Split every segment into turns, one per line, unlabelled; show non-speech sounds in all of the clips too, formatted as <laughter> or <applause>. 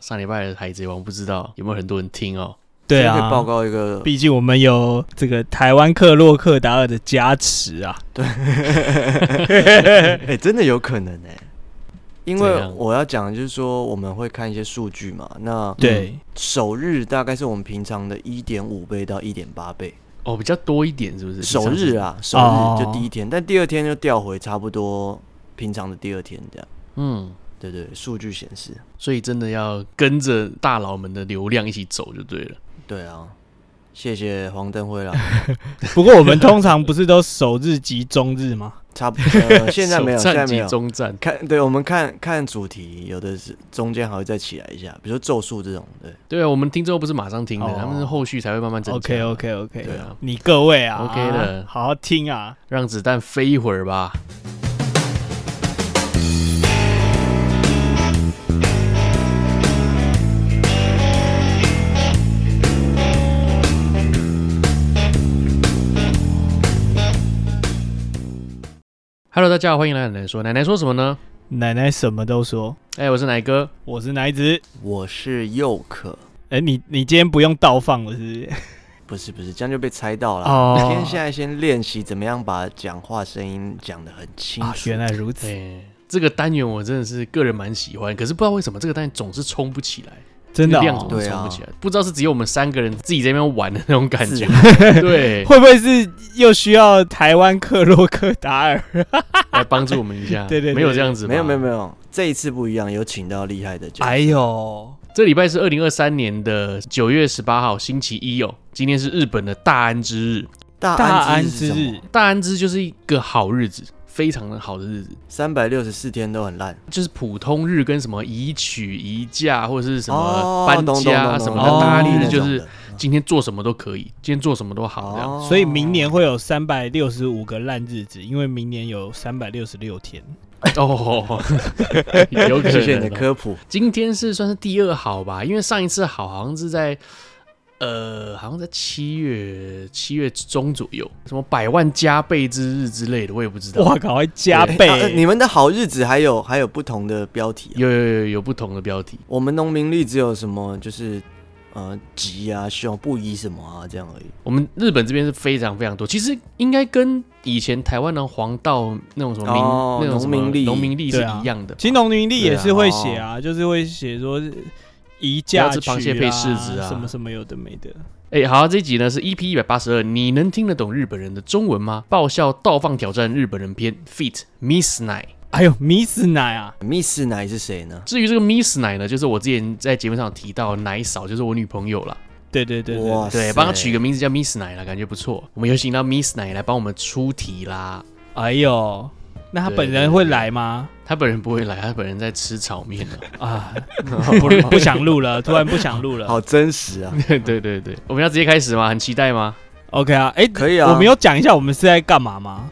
上礼拜的《海贼王》，不知道有没有很多人听哦？
对
可以
啊，
报告一个，
毕竟我们有这个台湾克洛克达尔的加持啊。
哎、真的有可能哎、因
怎
为
样
我要讲的就是说，我们会看一些数据嘛。那
对，
首日大概是我们平常的一点五倍到一点八倍，
哦，比较多一点，是不是？
首日
啊，
啊，首日就第一天，但第二天就调回差不多平常的第二天这样。
嗯，
对对，数据显示，
所以真的要跟着大佬们的流量一起走就对了。
对啊，谢谢黄
<laughs>
登辉啦，
不过我们通常不是都首日及中日吗？
差不多、呃现在没有，
首
现在
战
没
及
有。
中战，
看，对我们看看主题，有的是中间还会再起来一下，比如说咒术这种，对，
对啊，我们听众不是马上听的，
哦
他们是后续才会慢慢增加。
OK OK OK，
对啊
你各位啊
OK 的
好好听啊。
让子弹飞一会儿吧。Hello，大家好，欢迎来奶奶说。奶奶说什么呢？
奶奶什么都说，
哎、我是奶哥。
我是奶子。
我是佑可，
哎、你你今天不用倒放了，是不是？
不是不是，这样就被猜到了。
哦
今天现在先练习怎么样把讲话声音讲得很清
啊，
楚。
原来如
哎、
此，
这个单元我真的是个人蛮喜欢，可是不知道为什么这个单元总是冲不起来，
真的、
这个量总
哦，
是
对啊
冲不起来，不知道是只有我们三个人自己在那边玩的那种感
自
觉
然。 <laughs>
对，
会不会是又需要台湾克洛克达尔？
来帮助我们一
<laughs>
下。
对对对
没有这样子吧，
没有没有没有，这一次不一样，有请到厉害的讲。
哎呦，
这礼拜是二零二三年的九月十八号，星期一哦。今天是日本的大安之日，
大
哎
大安
安
之日，
大安之就是一个好日子，非常的好的日子，
三百六十四天都很烂，
就是普通日跟什么宜娶、宜嫁或者是什
哦
么搬
懂懂
家、啊
懂懂
什么
懂
的，大安
哦
之日
那
就
种
是
的
今天做什么都可以，今天做什么都好这样。
哦
所以明年会有三百六十五个烂日子，因为明年有三百六十六天。
<laughs> 哦， <laughs> 有可能。哦
谢谢你的科普。
今天是算是第二好吧，因为上一次好好像是在，呃，好像在七月七月中左右，什么百万加倍之日之类的，我也不知道。
哇靠，还加
对
倍、
啊呃你们的好日子还有还有不同的标题、啊，
有有有有不同的标题，
我们农民历只有什么就是呃吉啊、凶不宜什么啊这样而已。
我们日本这边是非常非常多。其实应该跟以前台湾的黄道那种什么民、
哦
那种什么
农民历
农民历是
对啊
一样的。
其实农民历也是会写
对
啊，就是会写说宜
不
嫁
要吃螃蟹
娶
配
啦
柿子啊
什么什么有的没的。
哎、好、这一集呢是 EP 一百八十二，你能听得懂日本人的中文吗？爆笑倒放挑战日本人篇，Fit Miss Night。
哎呦，迷死奶啊！
Miss 奶是谁呢？
至于这个 Miss 奶呢，就是我之前在节目上有提到奶嫂，就是我女朋友啦。
对对对对，
哇塞
对，帮她取个名字叫 Miss 奶啦，感觉不错。我们有请到 Miss 奶来帮我们出题啦。
哎呦，那他
对
本人会来吗？
她本人不会来，她本人在吃炒面呢。
啊，不不想录
<laughs>
了，突然不想录了。
好真实啊！
对 <laughs> 对对对，我们要直接开始吗？很期待吗？
OK 啊，哎，
可以啊
我们有讲一下我们是在干嘛吗？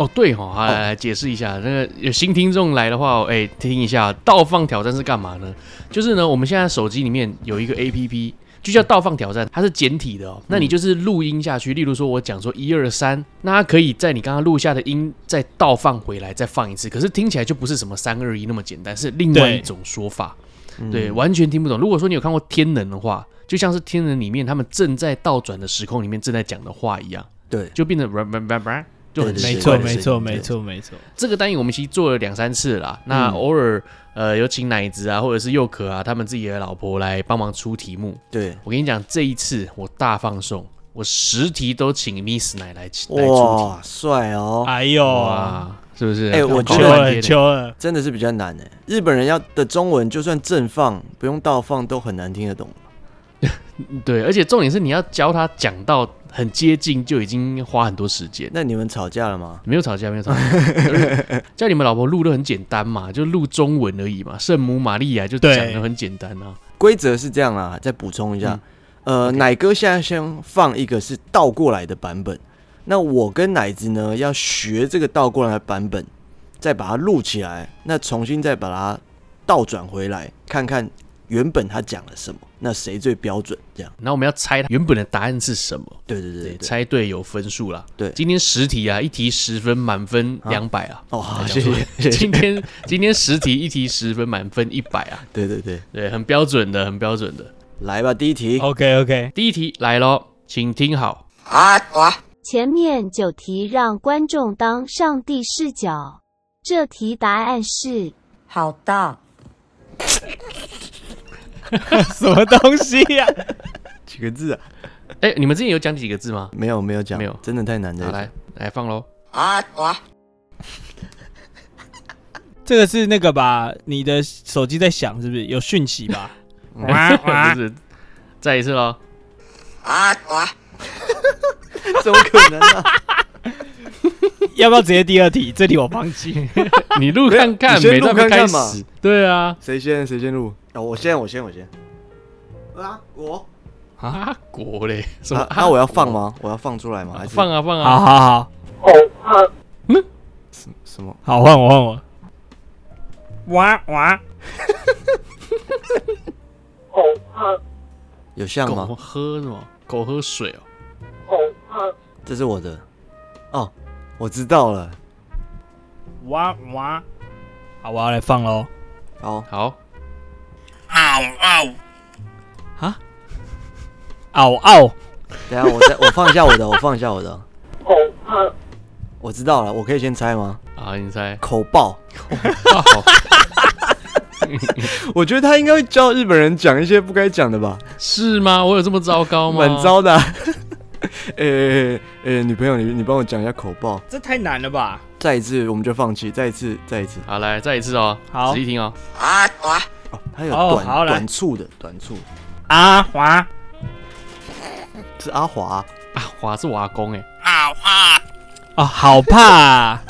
哦，对哦，好来来解释一下，那个有新听众来的话，哎，听一下倒放挑战是干嘛呢？就是呢，我们现在手机里面有一个 A P P，就叫倒放挑战，它是简体的哦。那
嗯
你就是录音下去，例如说我讲说一二三，那它可以在你刚刚录下的音再倒放回来，再放一次。可是听起来就不是什么三二一那么简单，是另外
对
一种说法，
嗯
对，完全听不懂。如果说你有看过《天能》的话，就像是《天能》里面他们正在倒转的时空里面正在讲的话一样，
<laughs> 对，
就变成 rah rah rah rah，就很
对
奇
没
怪
错，
的声
没
音
错，
对
没错，没错。
这个单元我们其实做了两三次了啦，那
嗯
偶尔、呃有请奶子啊，或者是佑可啊，他们自己的老婆来帮忙出题目。
对，
我跟你讲，这一次我大放送，我十题都请 Miss 奶来来出题。
哇，帅哦！
哎呦，
哇，是不是？
哎我
搞
觉
求
半
得
天
了，
呢
求了。
真的是比较难哎，日本人要的中文就算正放不用倒放都很难听得懂。
对，而且重点是你要教他讲到很接近，就已经花很多时间。
那你们吵架了吗？
没有吵架，没有吵
<laughs>
架，就是叫你们老婆录的很简单嘛，就录中文而已嘛。圣母玛利亚就讲
对
的很简单啊。
规则是这样啦，再补充一下，呃，奶哥现在先放一个是倒过来的版本，那我跟奶子呢要学这个倒过来的版本，再把它录起来，那重新再把它倒转回来，看看原本他讲了什么，那谁最标准？这样，
然后我们要猜它原本的答案是什么，
对对对对对。
猜对有分数啦。
对
今天十题啊，一题十分，满分两百啊。
哦，好，
来
谢
讲出
谢
来，
谢谢。
<laughs> 今天今天十题，一题十分，满分一百啊，
对对对， <laughs>
对，很标准的，很标准的。
来吧，第一题。
OK OK，
第一题来咯，请听好，
前面九题让观众当上帝视角，这题答案是
好的，
什么东西呀、
几个字啊？
哎、你们之前有讲几个字吗？
没有没有讲，
没有
真的太难
好，
了。
来来放咯。
<laughs> 这个是那个吧？你的手机在响是不是？有讯息吧？ <laughs> <laughs> 哇
<laughs>
哇
不！是，再一次咯。
<laughs> 怎么可能啊？
要不要直接第二题？这题我放弃。
你录看看，
没
没
有你先录
到没
看
开
看嘛
始。对啊，
谁先谁先录？哦，我先我先我先。啊，我
啊国嘞，什么
啊，那我要放？吗？我要放出来吗？还
国
是
放啊放
<laughs> 好
啊！
好好
什么？
好，换我换我。哇哇！
有像
狗
吗？
喝什么？狗喝水哦。
这是我的。哦，我知道了。
哇哇！好，我要来放喽。
好，
好，
嗷嗷！
等一 <laughs> 下我再我放一下我的，我放一下我的。我知道了，我可以先猜吗？？
啊，你猜
<laughs> 口爆，
好
我觉得他应该会教日本人讲一些不该讲的吧，
是吗？我有这么糟糕吗？
蛮。糟 <laughs> 的、啊。呃呃、欸女朋友，你你帮我讲一下口爆。
这太难了吧？
再一次我们就放弃，再一次，再一次。
好，来再一次哦。
好
仔细听哦。
哦，它有
哦
短、
好来
短促的，短促
啊哇！
是阿华、
啊，华是瓦工哎，
啊，好怕、啊，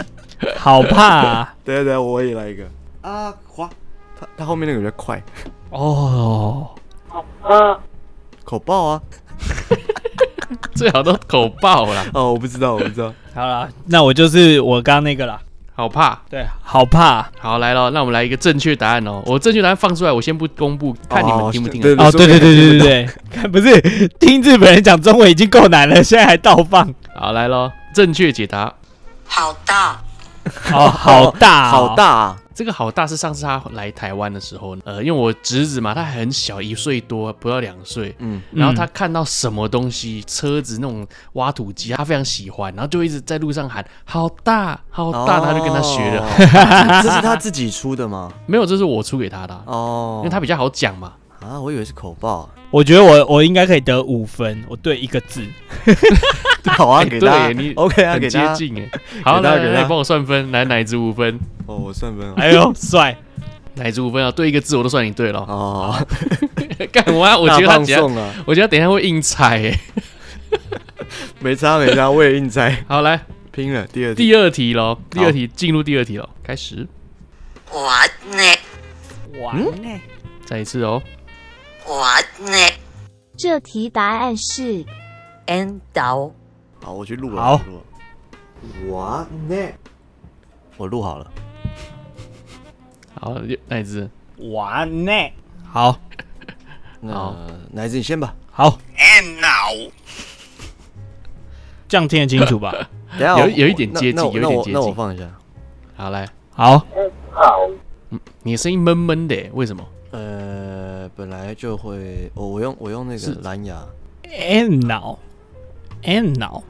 好怕、啊、
等一下等一下，我也来一个。阿华，他他后面那个比较快， <laughs>
哦！
口爆啊！
最好都口爆啦，
哦，我不知道，我不知道。
好啦，那我就是我刚刚那个啦。
好怕。
对，好怕、
好，来了，那我们来一个正确答案哦。我正确答案放出来，我先不公布，看你们听不听得
对
懂。
哦，对对对对对
对
对，看 <laughs> 不是听日本人讲中文已经够难了，现在还倒放，
好，来咯，正确解答。
好的，
哦，好大、哦
好，大、啊，
这个好大是上次他来台湾的时候，呃，因为我侄子嘛，他还很小，一岁多，不到两岁。
嗯，
然后他看到什么东西，车子那种挖土机，他非常喜欢，然后就一直在路上喊“好大，好
哦
大”，他就跟他学了。 <laughs>
了。哦这是他自己出的吗？
没有，这是我出给他的啊、
哦，
因为他比较好讲嘛。
啊，我以为是口爆。
我觉得我我应该可以得五分，我对一个字，
好啊，
哎 <laughs>
给
对
他
耶你
OK 啊，
很
给
接
他。 <laughs>
近哎。好，
给他
来
给
来
他
来，帮我算分，来奶子五
<laughs>
分，
哦，我算分了。
哎呦帅，
奶子五分啊，对一个字我都算你对了。
哦，
<laughs> 干嘛？我觉得他
大放
等一下，
送啊，
我觉得他等一下会硬猜哎。
没差没差，我也硬猜，
好，
<laughs>
来
拼了第二题。
第二题喽，第二题进入第二题喽，开始，
我呢，
哇，
再一次哦。
我呢，
这题答案是
引导，
好，我去录了。
好
我去录了，我呢？我录好了。
好，那一只
哇呢，好
好
那奶子你
<laughs>
先吧。
好，这样听得清楚吧？
等一下
有
我
有一点
那
接近
那我
有一
那
点
我
接
那我
近
放一下。
好来，
好，
你的声音闷闷的耶，哎为什么？
呃，本来就会，我我用我用那个
是
蓝牙。
n 脑，n 脑，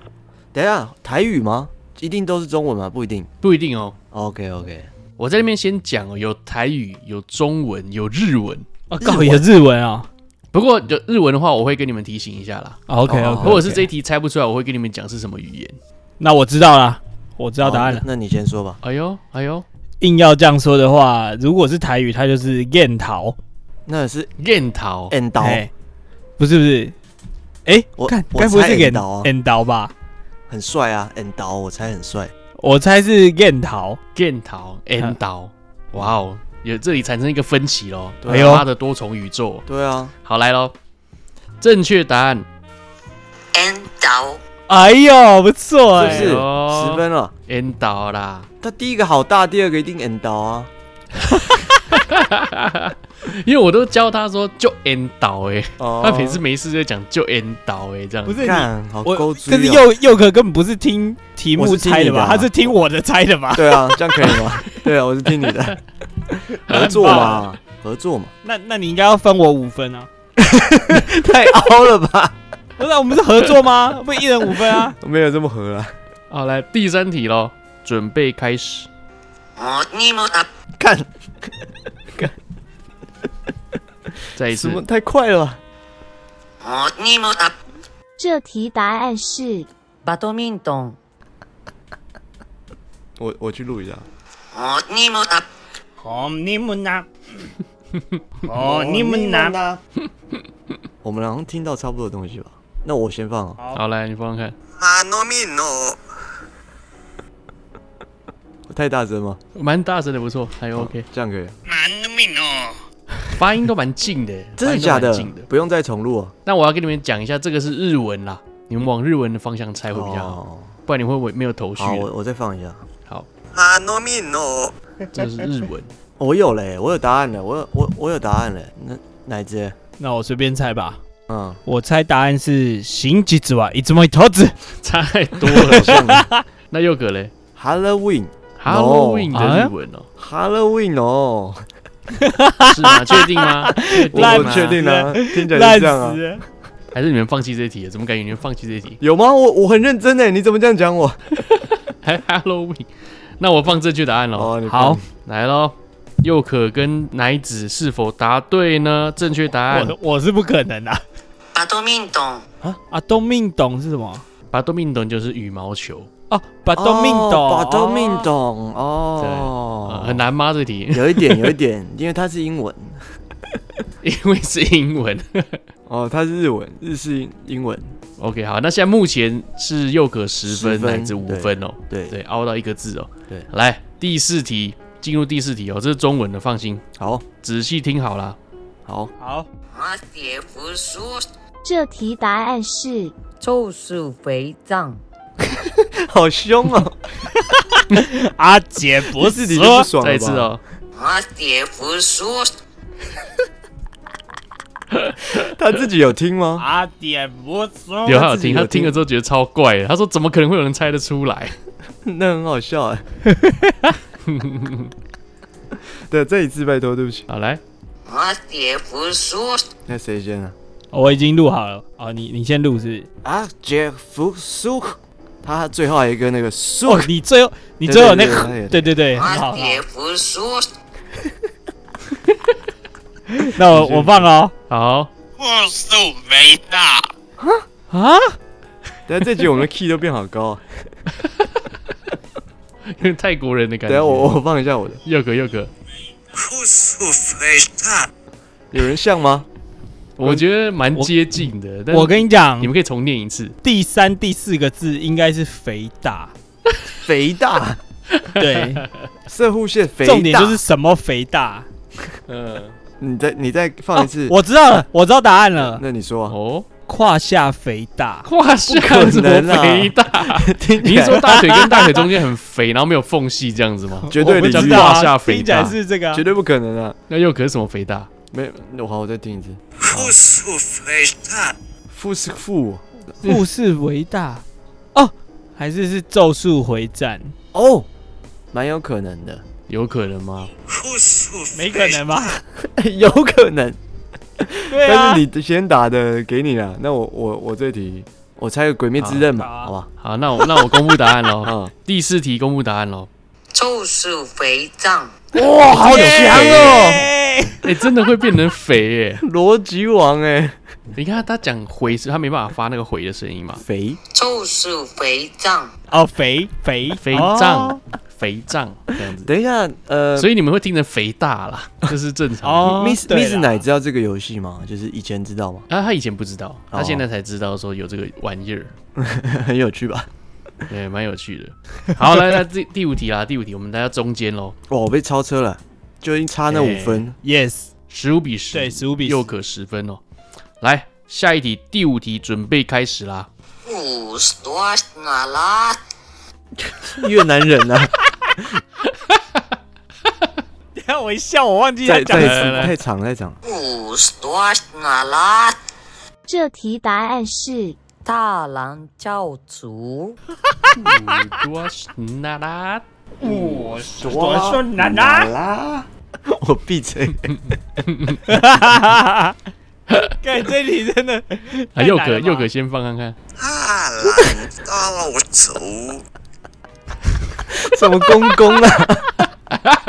等一下，台语吗？一定都是中文吗？不一定。
不一定哦。
OK OK，
我在那边先讲哦，有台语，有中文，有日文。
哦，告也日文哦
不过就日文的话，我会跟你们提醒一下啦。
，OK
哦
OK，
如果是这一题猜不出来，我会跟你们讲是什么语言。
那我知道啦，我知道答案了
好。那那你先说吧。
哎呦，哎呦，
硬要这样说的话，如果是台语，它就是燕桃，
那是
燕桃，
N 刀，
哎不是不是，哎、
我
看
我
该不会
猜
是
燕桃啊
燕桃吧？
很帅啊，N 刀，我猜很帅。
我猜是燕桃，
燕桃，N 桃，哇哦，有这里产生一个分歧喽。
哎呦
他的多重宇宙。
对啊，
好来喽，正确答案
引导，
哎呦，不错
是不
哎、
是
哎呦
十分了？
N 岛啦。
他第一个好大，第二个一定 N 刀啊。
因为我都教他说就 N 倒哎，
哦
他每次没事就讲就 N 倒哎这样
不。是你
干好
我
勾，
可是
追哦。
佑佑可根本不是听题
我
目
是听
猜的
你的
吧？
啊
他啊是听我的猜的吧？
对啊，这样可以 <laughs> 吗？对啊，我是听你 <laughs> 的，合作嘛，合作嘛，
<laughs> 那那你应该要分我五分啊！
<laughs> 太凹了吧？
不是啊，我们是合作吗？不一人五分 <laughs> 啊？
<laughs> 没有这么合啊！
好，来第三题喽，准备开始。
もにもた
看
再一
什
次
么，太快了吧？
もにもた
这题答案是
バドミントン
我我去录一下，
もにもた
哦，你们拿，哦，你们拿，
我们好像听到差不多的东西吧？那我先放啊，
好，来你放放看，
まのみの
我太大声吗？
蛮大声的，不错，还 OK，
这样可以？
まのみの
哦
发音都蛮近的，发
真的
音都
假
蛮
的
近的？
不用再重录啊！
那我要跟你们讲一下，这个是日文啦，你们往日文的方向猜会比较好，
哦，
不然你会没有头绪
好，我
的。
我再放一下。
好，
まのみの
这个是日文。
我有嘞，我有答案了，我有我我有答案了。那哪一只？
那我随便猜吧。
嗯，
我猜答案是行吉子吧，一直摸头子。
差太
<laughs>
多了。那又可嘞
Halloween。
，Halloween 的日文哦，
Halloween 哦，
是吗？确定
<laughs>
吗？确定吗
烂
我
死
不啊确定啊，听起来
烂
是
死
这样啊，
了！
还是你们放弃这题了？怎么感觉你们放弃这
<laughs>
题？
有吗？我我很认真哎，你怎么这样讲我？
还 Halloween？那我放正确答案喽。
哦，你
好
放，
来喽，佑可跟乃子是否答对呢？正确答案，
我我是不可能的啊
バドミントン
啊！啊，冬命懂是什么？
把多命懂就是羽毛球，
哦，把冬命懂，
把都命
哦。
懂
呃
哦，
很，难吗？这题， <laughs>
有一点，有一点，因为它是英文
因为是英文。
<laughs> 哦，它是日文，日式英英文，
OK，好，那现在目前是佑可十分，
十分
乃子五分哦。
对，
对，凹到一个字哦。
对，
来第四题，进入第四题哦，这是中文的，放心，
好，
仔细听好啦。
好，
好，
マシェフス
这题答案是
就是肥皂
<laughs> 好凶哦，
阿杰不
自
是
己就
说
不爽了吧
再一次，哦，
マシェフス
他自己有听吗？
阿杰不说
有他有
自己
听，
有
他听了
听
之后觉得超怪的，他说怎么可能会有人猜得出来？
那很好笑
<laughs>
哎，对，这一次拜托，对不起，
好来，
マシェフス
那谁先啊？
我已经录好了。哦，你你先录是不是？
啊，杰夫苏，他最后还有一个那个苏
哦，你最后你最后那
对
个，对对
对对对
对，很
マ
好。好
シェフス
那我我放哦了
好， <laughs>
就是肥皂
哦啊，
等下这集我们的 key 都变好
<laughs>
高啊，
因为泰国人的感
等
觉。
下我我放一下我的，
又可又可，
就是肥皂
有人像吗？
我觉得蛮接近的。但是
我跟你讲
你，们可以重念一次，
第三、第四个字应该是肥大，
<laughs> 肥大，
对，
<laughs> 射护线肥
<laughs>
大，
重点就是什么肥大。
嗯，
你再你再放一次，
我知道了，我知道答案了，
那你说啊，
哦，
胯下肥大。
胯下
不
怎
可
么
能啊
肥
<laughs>
大？你是说大腿跟大腿中间很肥，然后没有缝隙这样子
<laughs>
吗？
绝对
我不
领
知
域
道
胯下
啊，
肥
听起
大
来是这个啊
绝。对不可能啊！
那又可是什么肥大？
没，我好，我再听一次。
就是肥皂
富是富
富士肥大哦，还是是咒术回战？
哦，蛮有可能的， <laughs>
有可能吗？
就是
没可能吧？哦
有可能。
对啊，
但是你先打的给你了，那我我我这题我猜《个鬼灭之刃》吧，
好
好吧？
好，那我那我公布答案喽。
啊，
第四题公布答案喽。
就是肥皂
哇，好强哦！
耶
哎、真的会变成肥耶、
逻辑王哎，
你看他讲回是，他没办法发那个回的声音嘛。
肥
就是肥皂
哦，肥肥
肥胀，
哦
肥胀这样子。
等一下，呃，
所以你们会听成肥大啦，这是正常的。
哦
Miss
对
Miss
啦
奶知道这个游戏吗？就是以前知道吗？
啊，他以前不知道，他
哦
现在才知道说有这个玩意儿，
很有趣吧？
对，蛮有趣的。好，来，来第第五题啦，第五题，我们大家中间喽，
哇，我被超车了，就已经差那五分。
，yes，
十五比十，
对，十五比
又
十，
可十分哦。来，下一题，第五题，准备开始啦。
五十多那拉
<laughs> 越南人啊，
下我一笑，我忘记他
再
讲
再
来
一
了。
来来
次，太长太长。
Пусть
这题答案是
大狼教主，
多那拉，我
我说啊奶奶
啦， <laughs> 我闭嘴。
<laughs> 看这里真的
啊，佑可佑
又
可先放看看，
大狼教主，
<laughs> 什么公公啊？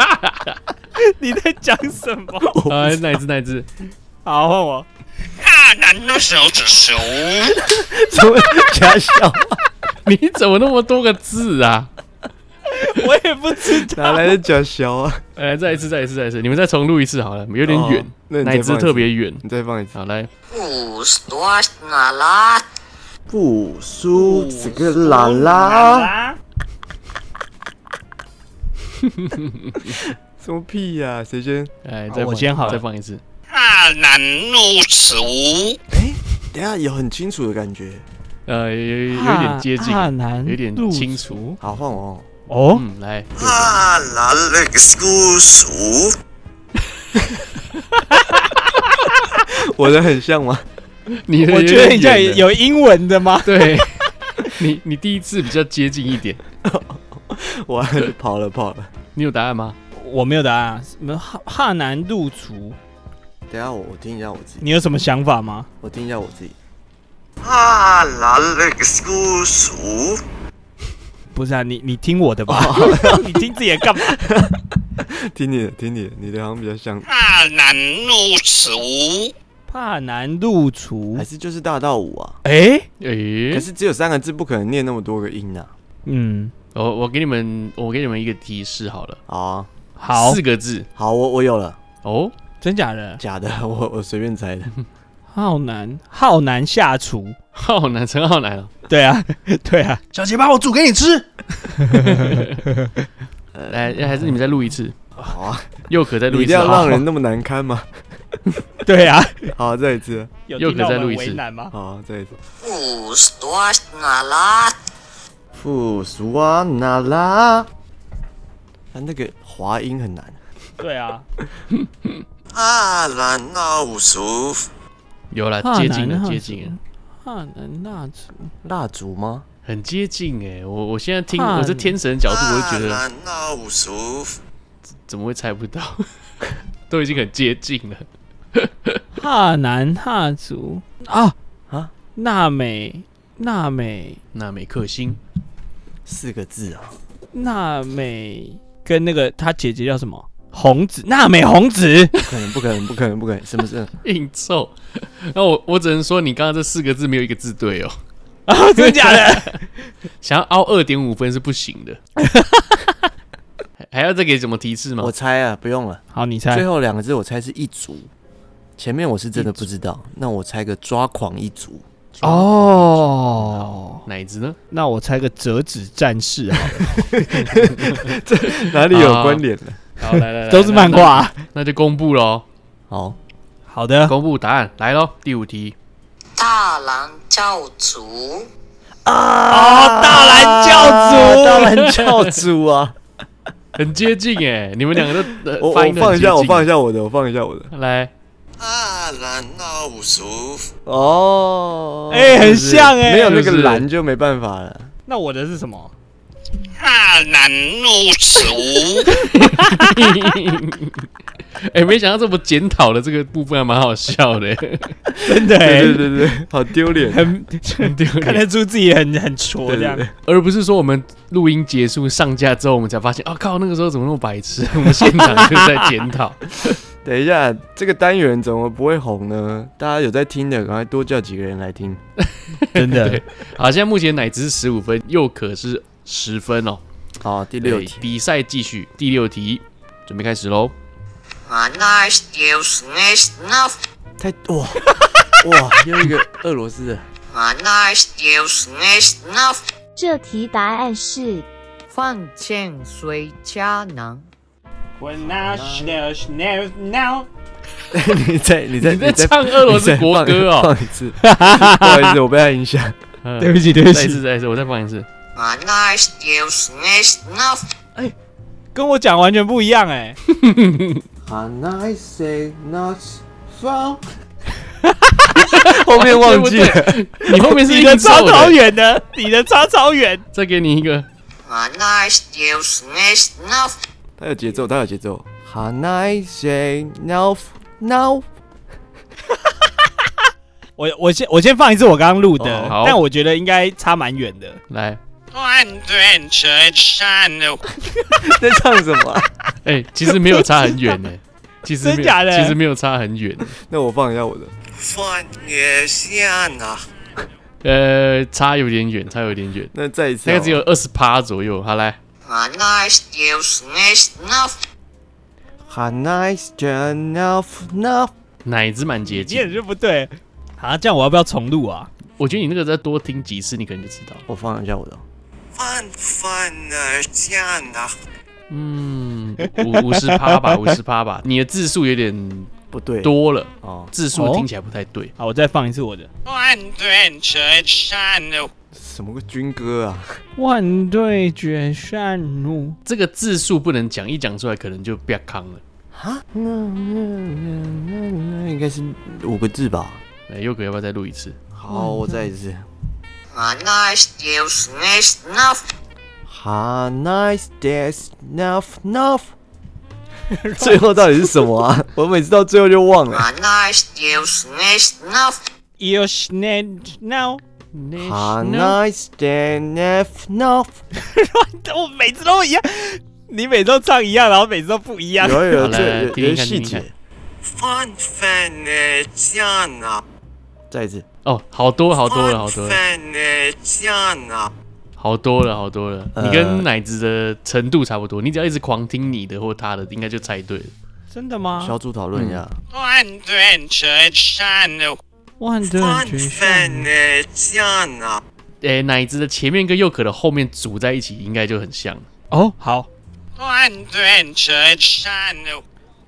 <laughs>
你在讲什 <laughs> 么？
啊，那一只那一只，
好，换我。
大男的手指熊，
什么假啊笑？
<laughs> 你怎么那么多个字啊？
我也不知道。
<laughs> 哪来的假笑啊？
哎，再一次，再一次，再一次，你们再重录一次好了，有点
哦
远，
那你
那
再
一只
放一
特
次
别远。
你再放一次。
好，来，
пусть на лад
不输这个啦啦，什么屁呀？谁先？
哎，
好
再
哦我
放
先好了
再放一次。
大男入手，
等一下有很清楚的感觉。
呃，有有有点接近，
大难
有点
入
清楚。
好，换我。
哦，
嗯，来，
<laughs>
大男的叔叔，
我的很像吗？
你的
我
有
觉得
点
你这
远
有英文的吗？
<laughs> 对，你你第一次比较接近一点。
<laughs> 我跑了跑了。
你有答案吗？
我没有答案啊。什么哈哈南入厨？
等一下我我听一下我自己，
你有什么想法吗？
我听一下我自己。
大男的叔叔，
不是啊，你你听我的吧， <laughs> 你听自己的干嘛？
听你的，听你的，你的好像比较像，
大男入手，
怕难入厨
<laughs> 还。是就是大道五啊？
哎、
诶、
可是只有三个字，不可能念那么多个音啊。
嗯，
我哦我给你们，我给你们一个提示好了，
好啊，
好
四，个字
好，我我有了，
哦，
真假的？
假的， <laughs> 我我随便猜的。
浩南，浩南下厨。
浩南，陈浩南了。
<laughs> 对啊，对啊，
小杰把我煮给你吃。 <laughs> 来，还是你们再录一次，
好啊，
又可再录
你
一
一啊
次
定要
好不好，
让人那么难堪吗？ <laughs>
对 <laughs> 啊。
好，再一次，
有
又
听到
可以再
我
录
们
一次
为难吗？
好，再一次。
пусть на лад
富苏瓦那拉，他那个滑音很难。
对啊，
啊
大男入手，
有了，
怕
接近
难
了，
哈
接近了，
怕难纳厨，
蜡烛吗？
很接近哎、我我现在听，
怕
我是天神
啊
角度，我就觉
大
得
男入手，
怎么会猜不到？ <laughs> 都已经很接近了。
哈南哈族啊
啊，
娜美娜美
那美克星
四个字啊，
娜美跟那个她姐姐叫什么？红子娜美红 <laughs> 子，
不可能，不可能，不可能，不可能，什么 <laughs> 事？
硬凑，那我我只能说你刚刚这四个字没有一个字对哦，
啊，真假的？
想要凹二点五分是不行的。还还要再给什么提示吗
我？猜啊，不用了。
<laughs> 好，你猜
最后两个字我猜是一族，前面我是真的不知道。那我猜个抓狂一族，
哦。
哪一只呢？
那我猜个折纸战士啊好了，
<laughs> 哪里有关联呢？
好，来来来，<laughs>
<laughs> 都是漫
那，
画。
那那就公布喽，
好，
好的，
公布答案来喽，第五题，
大狼教主，
哦，大蓝
当
教主，
然教主啊！
很接近哎，你们两个都呃
<laughs> 我我
发音都
放
很
一
接
下，我
近
放一下我的，我放一下我的。
来， <laughs>
大男入手，
哦，
哎，很像哎。
没有那
是
个
不是
蓝就没办法了。
那我的是什么？
大男入手，
哎，没想到这么检讨的这个部分还蛮好笑的，
<laughs> 真的
对
欸，
对对
<laughs>
对，好丢脸。
很
很丢
看
脸。
得出自己很很挫这样
对。 <laughs>
而不是说我们录音结束上架之后，我们才发现，啊靠，那个时候怎么那么白痴？ <laughs> 我们现场就在检讨。
等一下，这个单元怎么不会红呢？大家有在听的，赶快多叫几个人来听。
真的
对。好，现在目前乃只是十五分，又可是十分哦。
好，第六
对
题，
比赛继续，第六题，准备开始喽。
啊那有那那，
太 <laughs> 哇哇，又一个俄罗斯的，
啊那有那那，
这题答案是
放箭随家囊，
When I shall shall now，
你再你再
你在唱俄罗斯国歌
你再
哦？
放一放一 <laughs> 次，不好意思，我被他影响。
嗯
对不起对不
再一次，
起，
再一次，我再放一次。
啊那有那那，
哎，
跟我讲完全不一样哎、
And I say not from，后面忘记
对
了，
你后面是
<laughs> 你
硬
的
凑
超超
的，
远
<laughs>
的，你的超超远。
再给你一个，
And I still snitch enough.
它有节奏，它有节奏。And I say now now，
我我先我先放一次我刚刚录的，
哦好
但我觉得应该差蛮远的。
来，
断断成山的
<laughs> 在唱什么啊？
哎，其实没有差很远呢，其实没有
<laughs> 真假的
其实没有差很远，
那我放一下我的。
放月下呢，
呃，差有点远，差有点
哦
远，
那再一次
大
哦好
概
了，
只有二十趴左右。好来，
And I still snitch enough.
And I say now now，
奶子蛮接
你也
近，
就不对啊！这样我要不要重录啊？
我觉得你那个再多听几次，你可能就知道。
我放一下我的。
放放的下呢，
嗯，五五十趴
<laughs>
吧，五十趴吧，你的字数有点
不对，
多了，
哦，
字数听起来不太对。
好，我再放一次我的。
断断成山的
什么个军歌啊？
万对决善怒，
这个字数不能讲，一讲出来可能就不要康了。
啊？那
嗯
那那那那应该是五个字吧？
哎，佑哥要不要再录一次？
好，我再一次。
嗯
And I still snitch enough.
Ha nice days, nuff
<laughs>
nuff。最后到底是什么啊？我每次到最后就忘了。
And I still snitch enough.
You snitch now！
Ha nice day, nuff nuff。
我每次都一样，你每次都唱一样，然后每次都不一样。
有
<laughs> 好
有
来来
这有
听一
有
下
细
听一
节
下。
放放的下呢，
再一次。
哦，好多好多了，
放
好
放
多了，
的下呢，
好多了，好多了。
呃
你跟奶子的程度差不多，你只要一直狂听你的或他的，应该就猜对了。
真的吗？
小组讨论一下。
断断成山的
万对
放
决
放
善怒，
的下呢，
哎，奶子的前面跟佑可的后面组在一起，应该就很像。
哦，好，
断断成山的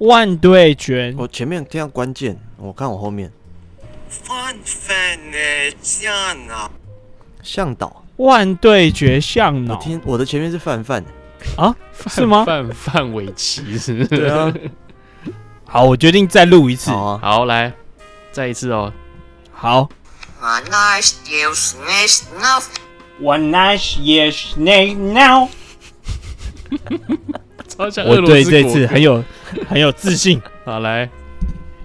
万对决
我前面听到关键，我看我后面
放放的下呢，
向导。
万对决向
我
脑
听我的前面是范范。
啊？是吗？
<laughs> 范范玮琪是不是？
对啊。
好，我决定再录一次。
好啊。
<laughs> 好，来，再一次哦。
好
And I still snitch enough.
，One night y s snake now。
超像
我
俄罗斯
对这
国
次
歌
很有很有自信。
好来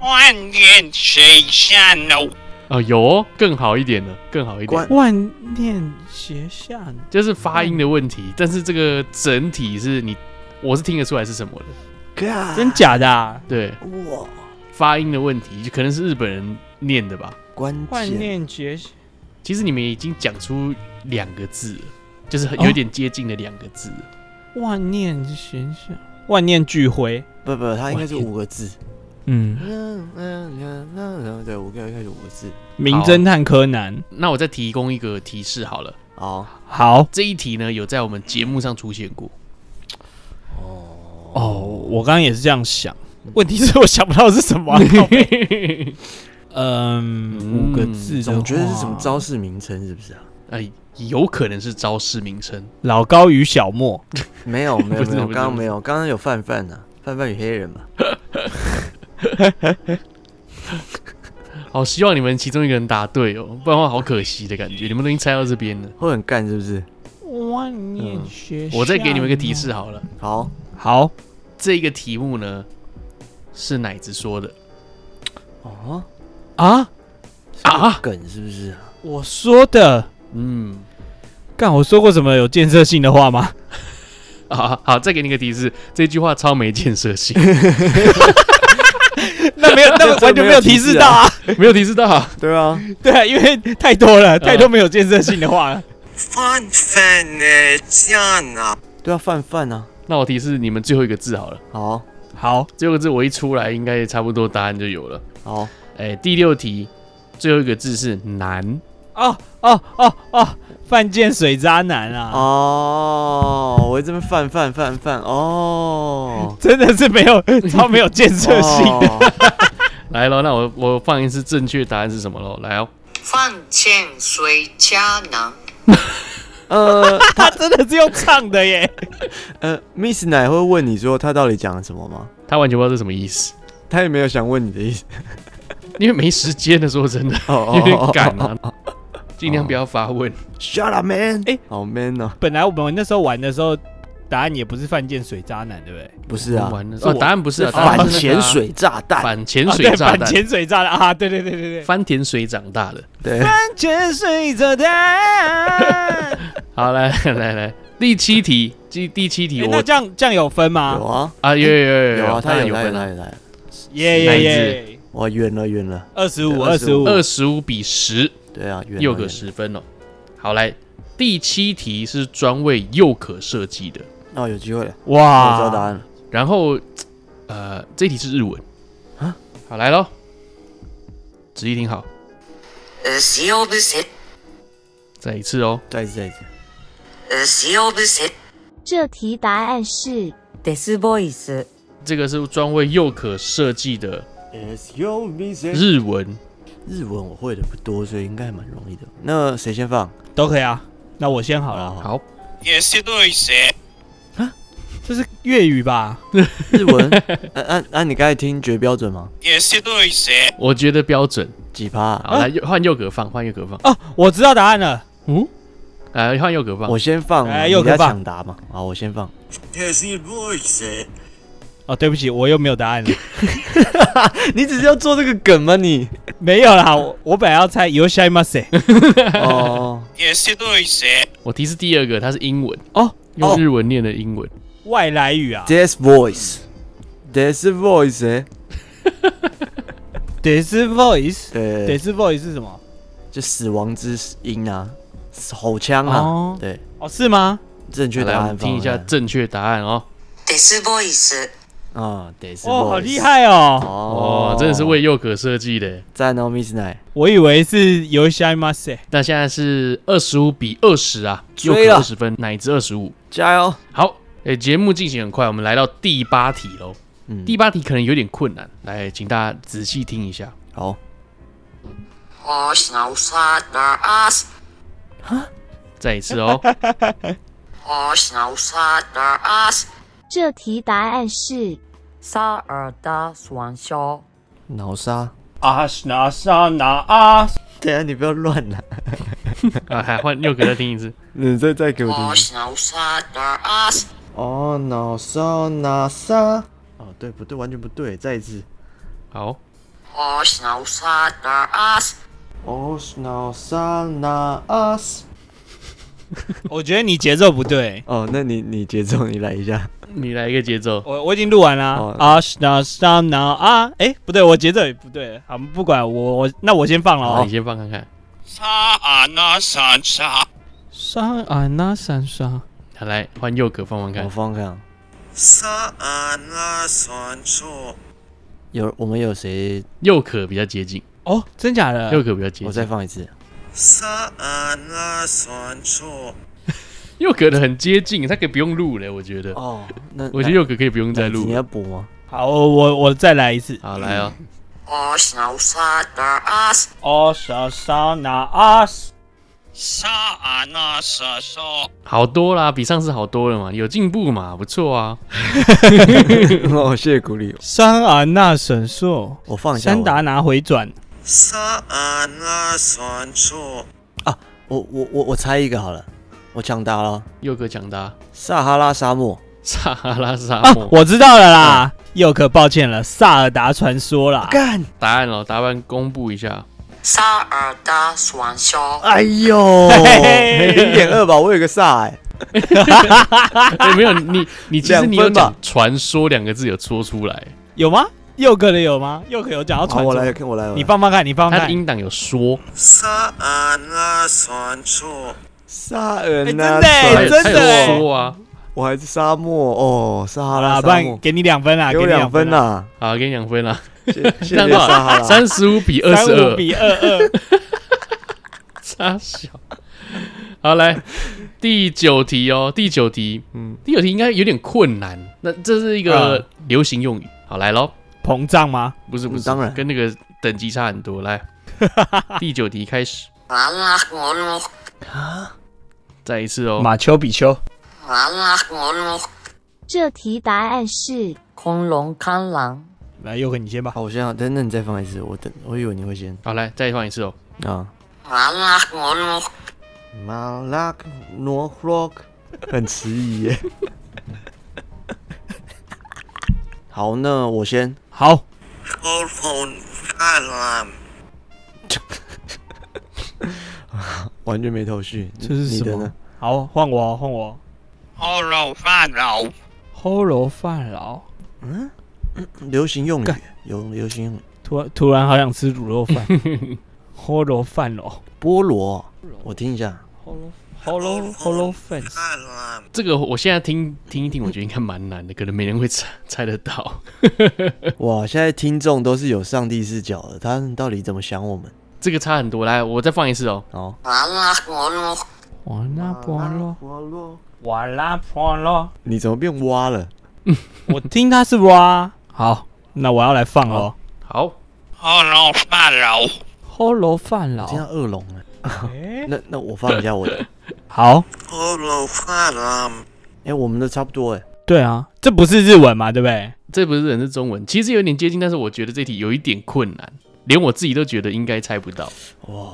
断断成山的。
哦，有哦，更好一点了，更好一点
关，
万念斜下，
就是发音的问题，但是这个整体是你，我是听得出来是什么的，
<laughs>
God
真假的、啊？
对，
哇，
发音的问题，就可能是日本人念的吧。
关
万
键。
念斜下，
其实你们已经讲出两个字了，就是很
哦
有点接近的两个字了。
万念斜下，万念俱灰。
不不，它应该是五个字。
嗯，
嗯嗯嗯嗯嗯，对，我刚应该是五个字。
名侦探柯南。
那我再提供一个提示好了，
好，
好
这一题呢有在我们节目上出现过，
哦，我刚刚也是这样想，问题是我想不到是什 <laughs> 么啊。靠北嗯，五个字的话，
总觉得是什么招式名称是不是啊？
哎、有可能是招式名称。
老高与小莫，
没有没
不
有
是
没有，
不是
刚刚
不是
没有，刚刚有范范呢，范范与黑人嘛。
好，哦希望你们其中一个人答对哦，不然的话好可惜的感觉。你们都已经猜到这边了，
会很干是不是？
嗯万念斜下。
我再给你们一个提。
啊
示好了。
好，
好，
这个题目呢是奶子说的
哦，
啊，
啊，
梗是不是啊？
我说的，
嗯
干，我说过什么有建设性的话吗？
啊，好，再给你一个提示，这句话超没建设性，
那没有，那
<laughs> 这
完全没有提示到啊。
没有提示到啊，
对啊，
<laughs> 对啊，因为太多了，太多没有建设性的话了。
放放的下呢，
对啊，范范啊。
那我提示你们最后一个字好了，
好，
好，
最后一个字我一出来，应该也差不多答案就有了。
好，
哎，第六题最后一个字是难，
哦哦哦哦，犯贱水渣男啊，
哦，我这边范范范范，哦，
真的是没有超没有建设性的。
哦
来咯，那我我放一次正确答案是什么咯？来哦，
<laughs>
放欠随家囊。
呃
他真的是用唱的耶，
呃，Miss 奶会问你说他到底讲了什么吗？
他完全不知道这什么意思，
他也没有想问你的意思。
因为没时间的，说真的，
哦 <laughs> 哦
有点赶啊，尽量不要发问。
Shut up, man！
哎
好 man 哦，
<laughs> 本来我们那时候玩的时候，答案也不是犯贱水渣男，对不对？
不是啊，
完了，
是
哦，
我
答案不是啊，答案
反
是那个啊
潜，水哦炸弹，
反潜
啊
水
对
炸
反
弹，
潜水炸弹啊！对对对对 <laughs> 对，
翻田水长大的。
对，
反潜水炸 <laughs> 弹。
好，来 <laughs> 来来，第七题，第第七题
哎
欸
我
那这样这样有分
有
吗？
啊，
啊，有有有
有啊，他
当然有
有来
分
来
啊，
来，
耶耶耶！
哇，远了远了，
二十五，
对
二十五，
二十五比十，
对啊，远了
又可
远
十分哦。好，来第七题是专为又可设计的，
了哦，有机会了，我知道答
哇！
案了，
然后呃，这题是日文
啊，
好来喽，仔细听好，
Silbeset,
再一次哦，
再一次再一次，
Silbeset,
这题答案是
デスボイス、
这个是专为又可设计的
Excuse me, sir
日文，
日文我会的不多，所以应该还蛮容易的。那谁先放？
都可以啊。那我先好了，
好，
好，
这是粤语吧？
日文， <laughs> 按按按，你刚才听觉标准吗？
我觉得标准，
几趴？
好来又换右可放，换右可放，
哦，我知道答案了。
嗯，来换右可放，
我先放，
哎
你
又可
在
放
抢答嘛？好，我先放。
哦，对不起，我又没有答案了。
<laughs> 你只是要做这个梗
<laughs>
吗？你
没有啦，我我本来要猜 y o s h i m a s e
哦，
我提示第二个，它是英文
哦，
用
哦
日文念的英文。
外来语啊
This voice, this voice，欸
，This voice，This
对，
voice 是什么？
就死亡之音啊，吼腔啊
哦，
对，
哦，是吗？
正确
好来，
答
我
案
们
放
听一下
在
正确答案哦。
Desvoice,
啊，this
哦，好
voice
厉害哦！
哦
哦，，
真的是为佑可设计的。
赞哦，Miss 奶
我以为是 y o s h i m a s e
那现在是二十五比二十啊，佑
追
可
了
二十分，乃至二十五。
加油！
好，诶，节目进行很快，我们来到第八题喽。
嗯
第八题可能有点困难，来，请大家仔细听一下。
好，
Osnausadas,
再一次哦，
<laughs>
Osnausadas,
这题答案是
サーダスワンショー、
脑沙，
啊，那啥那啊，
等一下你不要乱了，
啊，还换佑可再听一次。
你再再给我听一次。
Osnausadas,
哦，脑沙脑沙，哦，对，不对，完全不对，再一次。
好，
Osnausadas,
哦，脑沙那 us。
我觉得你节奏不对。
哦，那你你节奏你来一下。
你来一个节奏。
我我已经录完啦
哦。
啊，那啥那啊，哎，不对，我节奏也不对。好，不管我我那我先放了
好，
哦
你。先放看看。
沙啊那三沙，
好，来换佑可放放
我
看。
放看，
萨阿那算错，
有我们有谁？
佑可比较接近，
哦，真假
佑
的？
可比较接
哎我再
近。
放一次。
萨阿那算错，
佑可的很接近，他可以不用录了，我觉得。
哦，那
我觉得佑可可以不用再录
你
了。
要补吗？ <laughs>
好，我我我再来一次。
好，来哦。
Osnausadas,
哦，沙沙那啊，
萨阿那算错，
好多啦，比上次好多了嘛，有进步嘛，不错啊。
哦，谢谢鼓励。
山啊那神兽，
我放一下。
山达拿回转。
萨阿那算错，
我我我我猜一个好了，我抢答了。
佑哥抢答，
撒哈拉沙漠，
撒哈拉沙
啊
漠。，
我知道了啦，又可抱歉了，萨尔达传说啦。
干！
答案哦，答案公布一下。 <laughs>
萨尔达斯玩笑，
哎呦，
嘿
零点二吧，我有个撒哎。
哎，没有你，你其实你有
两分吧
讲“传说”两个字有说出来，
有吗？又可的有吗？又可有讲到
好，
传
我
说？
来看，我来。我来
你放放看，你放
他
放
的
看。啊
音档有说，
萨阿那算错，
撒尔
哎
那
真的哎
他
塞
有
真的
他有
哎
说啊。
我还是沙漠哦，撒哈
好
拉
啦，不
沙
然
漠，
给你两分啦，啊
给
给
我
你
两分啊
啦。
啦，
好，给你两分啦，
谢谢
样
谢
多
撒哈
少？
拉。
三十五比二
三
十
五
二，
比二二，
差小。好，来第九题哦，第九题，嗯，第九题应该有点困难。那这是一个
嗯
流行用语，好来喽。
膨胀吗？
不是不是，
当然
跟那个等级差很多。来，第九题开始，
阿拉莫诺，
再一次哦，
马丘比丘，
Vallah moluk
这题答案是
恐龙看狼，
来，佑恒你先吧。
好，我想想，等等，你再放一次，我等，我以为你会先
好来再放一次哦，
啊。
Vallah moluk
马拉诺洛克，很迟疑耶。 <laughs> 好，那我先，
好，
kolfon kalam
完全没头绪。
这是
你
什
的
么
呢？？
好，换我，换我。
Oro faro
齁揉饭老，
流行用语
干，
有流行用语，
突然突然好想吃卤肉 <laughs> 饭。齁揉饭老，
菠萝，我听一下。
齁揉齁揉齁揉饭，
kalam
这个我现在听听一
<laughs>
听，我觉得应该蛮难的，可能没人会猜猜得到。 <laughs>
哇，现在听众都是有上帝视角的，他们到底怎么想我们？
这个差很多，来我再放一次哦，
哦，
Vallah moluk
瓦拉波罗，
萝，
瓦拉波罗。
你怎么变蛙了？
我听他是哇。好，那我要来放哦喽。
好，
Oro faro
齁揉饭老
听到恶龙了。 <laughs> 那那我放一下我的。
好，
Oro kalam
哎、我们的差不多哎。
对啊，这不是日文嘛，对不对？
这不是人是中文，其实有点接近，但是我觉得这题有一点困难，连我自己都觉得应该猜不到。哇，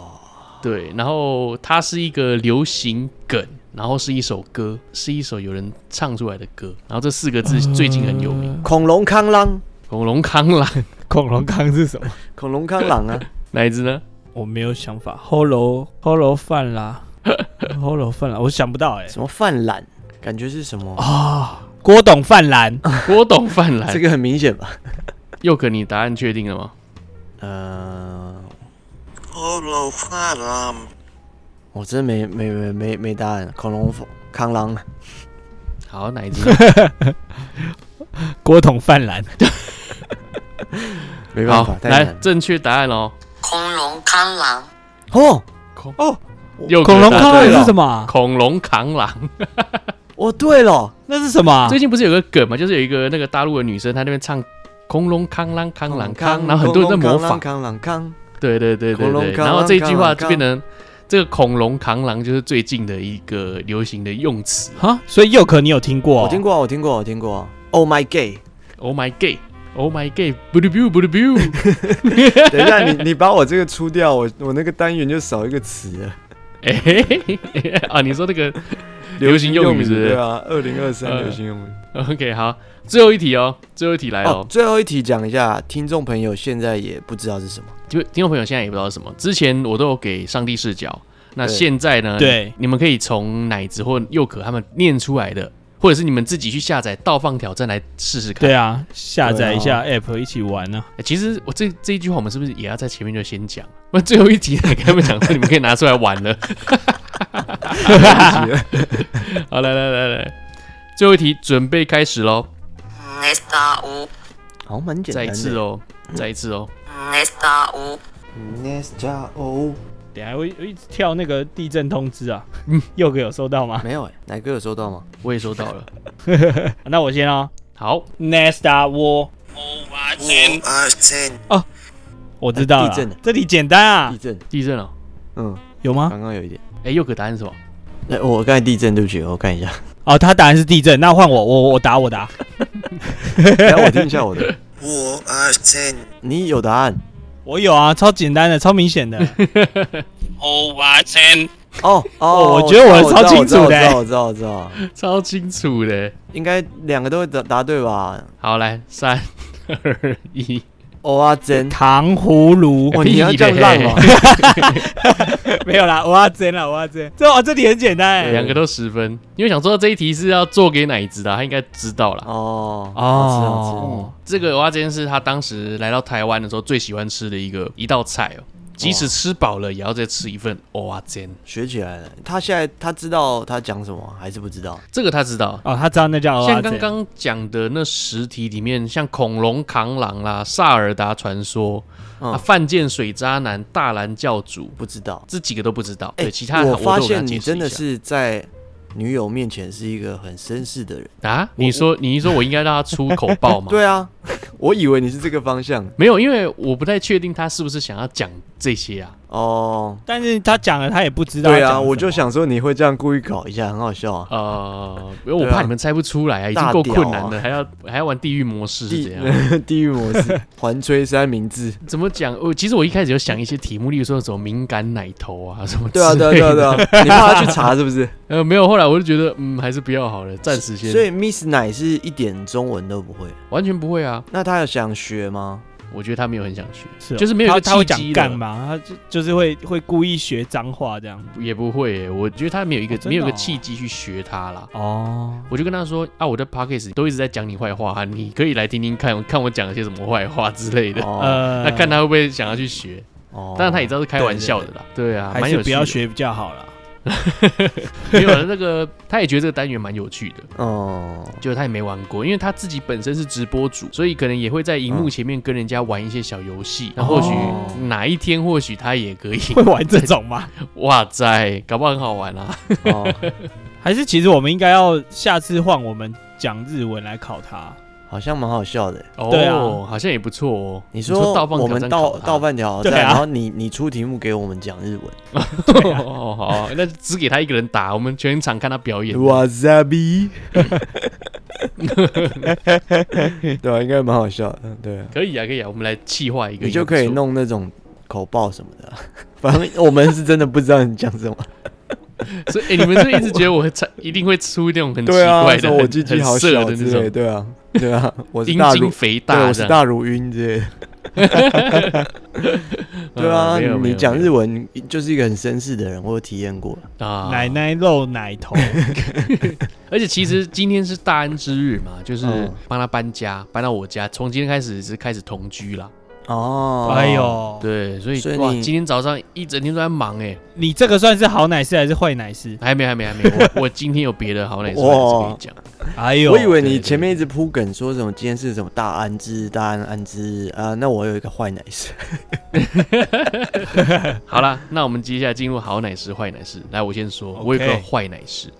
对，然后它是一个流行梗，然后是一首歌，是一首有人唱出来的歌，然后这四个
呃
字最近很有名，
恐龙康朗，
恐龙康啦，
恐龙康是什么？
恐龙康朗啊，
哪一只呢？
我没有想法。齁揉齁揉饭 <laughs> 啦，齁揉饭啦，我想不到哎、
<laughs> 什么泛滥，感觉是什么？哎
郭董饭篮，
郭董犯来，
哦这个很明显吧？
佑可，你答案确定了吗？
呃，
Oro kalam
我真没没没没没答案。恐龙康朗，
好，哪一只？
<laughs> 郭董饭篮，
没办
好
法，，太
来
难了。
正确答案哦。
恐龙看狼，
哦，
佑可
恐龙
答
康
对
篮
了
是什么啊？
恐龙扛狼，
我哦对了，
那是什么啊
最？近不是有个梗嘛，就是有一个那个大陆的女生，她那边唱恐龙扛狼扛狼扛，
嗯
然后很多人在模仿。
康朗康，
对对对对
恐龙
对，
扛
然后
狼
这一句话
扛狼
就变成这个恐龙扛狼就是最近的一个流行的用词。
啊，所以佑可你有听过、
我听。过啊，我听过啊，我听过啊。Oh my <laughs> gay！
Oh my gay，Oh my gay，不溜不溜不溜不溜。 <laughs>
等一下，你你把我这个出掉，我我那个单元就少一个词了。
哎嘿嘿嘿 <laughs> 啊，你说那个 <laughs> 流行用语是不是
对啊，二零二三
呃
流行用语。
OK 好，最后一题哦，最后一题来
哦
哦，。
最后一题讲一下，听众朋友现在也不知道是什么。
就听众朋友现在也不知道是什么，之前我都有给上帝视角，那
对
现在呢？
对
你们可以从奶子或佑可他们念出来的，或者是你们自己去下载倒放挑战来试试看。
对啊，下载一下 app 一起玩啊。
欸其实我这这一句话，我们是不是也要在前面就先讲？ <laughs> 那最后一题呢，跟他们 <laughs> 讲说你们可以拿出来玩了。好，来来来来，最后一题准备开始喽，
nesta u
好，蛮简
再
单
一
的。
次哦，再一次哦。
nesta u
Nesta 哦 O
等一下我一我一直跳那个地震通知啊，佑可有收到吗？
没有哎，奶哥有收到吗？
我也收到了。
那我先哦。
好，
Nesta War，哦
Ovatin Ovatin
我知道了，
地震
这里简单
地
啊，
震，
地震哦。
嗯，
有吗？
刚刚有一点。
哎、佑可答案是什么？
哎，我刚才地震，对不起，我看一 <laughs> 下，
哦，他答案是地震，那换我，我我答我啊答，
等一哎下我听一 <laughs> 下我的。
Ovatin
你有答案
我有啊，超简单的，超明显的，
Ovatin
哦哦
哦我觉得我
知道
超清楚的欸
我知道，我知道，我知道，我知道
<laughs> 超清楚的。
应该两个都会答答对吧？
好，来三二一，
哦啊，真
糖
<laughs>
葫芦，
<laughs> 哇，你要这样浪哦，
没有啦，我要真啦，我要真，这哦这里很简单
两
哎，
个都十分。因为想说这一题是要做给哪一只的，他应该知道啦。
哦嗯
哦，
这个蚵仔煎是他当时来到台湾的时候最喜欢吃的一个一道菜哦，即使吃饱了也要再吃一份蚵仔煎。
学起来了。他现在他知道他讲什么还是不知道？
这个他知道。
哦，他知道那叫
像
蚵仔
刚
煎
刚讲的那十题里面，像恐龙扛狼啦、萨尔达传说、
嗯
啊、犯贱水渣男、大蓝教主
不知道。
这几个都不知道。
哎
对，其他
我
都
发
有跟他
现
解
你
释
真
一
的
下
是在女友面前是一个很绅士的人。
啊？你说你一说我应该让他出口爆吗？
<laughs> 对啊，我以为你是这个方向
没有，因为我不太确定他是不是想要讲这些啊。
哦。
但是他讲了，他也不知道。
对啊，我就，想说你会这样故意搞一下，很好笑啊。
呃，因为我
对啊
怕你们猜不出来啊，已经
大
够
屌
困难了，
啊
还要还要玩地狱模式是
地
怎样？
<laughs> 地狱模式，环吹三明治。
怎么讲？我其实我一开始有想一些题目，例如说什么敏感奶头啊，什么之
对啊，对啊，
类
对啊，对
的。
啊，你怕他去查是不是？
呃，没有，后来我就觉得，嗯，还是不要好了，暂时先。
所以 Miss 奶是一点中文都不会，
完全不会啊，
那他有想学吗？
我觉得他没有很想学，
是哦
就是没有一
他
个
他会
契
讲
机
干
的，
嘛？他就就是会会故意学脏话这样。
也不会耶、我觉得他没有一个、
哦真的
没有一个
哦
契机去学他啦。
哦，
我就跟他说啊，我的 podcast 都一直在讲你坏话、啊，你可以来听听看，看我讲了些什么坏话之类的。
哦，
呃，
<laughs> 那看他会不会想要去学？
哦
当然他也知道是开玩笑的啦。对啊，
还
蛮
是
有
不
趣
要
的。
学比较好啦。
<laughs> 没有那个，他也觉得这个单元蛮有趣的，
哦，
就是他也没玩过，因为他自己本身是直播主，所以可能也会在荧幕前面跟人家玩一些小游戏。那或许
哦
哪一天，或许他也可以。 <laughs>
会玩这种吗？
哇塞，搞不好很好玩啊！
哦，
还是其实我们应该要下次换我们讲日文来考他？
好像蛮好笑的。
对啊
哦，好像也不错哦。
你
说
说
倒放
我们倒倒饭条
对啊
然后你你出题目给我们讲日文。
<laughs> 哦，好啊，那只给他一个人打，我们全场看他表演。 <laughs>
Wasabi，对啊，应该蛮好笑的。对啊，
可以啊，可以啊，我们来气化一个，
你就可以
也不错。
弄那种口爆什么的啊。 <laughs> 反正我们是真的不知道你讲什么。
所以、哎，你们是一直觉得我
<laughs>
才一定会出那种很奇
对啊，
怪的、
说我
很
鸡鸡
很
好
色
小
的
之
那
类的，
种
对啊，对
<laughs>
啊，我是
阴
大乳
茎，肥
对，
大
我是
这样。
大乳晕之类的。对
嗯
啊
没有，没
你
有
讲
没有
日文就是一个很绅士的人，我有体验过。
啊，
奶奶露奶
<laughs>
头，
而且其实今天是大安之日嘛，就是
嗯
帮他搬家，搬到我家，从今天开始是开始同居啦。
哦，
哎，呦，
对，所以
所以
哇，
你
今天早上一整天都在忙哎、
你这个算是好奶师还是坏奶师？
还没还没
<laughs>
还没，我我今天有别的好奶事
哇
跟你讲。
哎呦，
我以为你
对
前面一直铺梗说什么今天是什么大安之日大安安之日啊，那我有一个坏奶师。
好啦，那我们接下来进入好奶师坏奶师。来，我先说
OK
我有个坏奶师。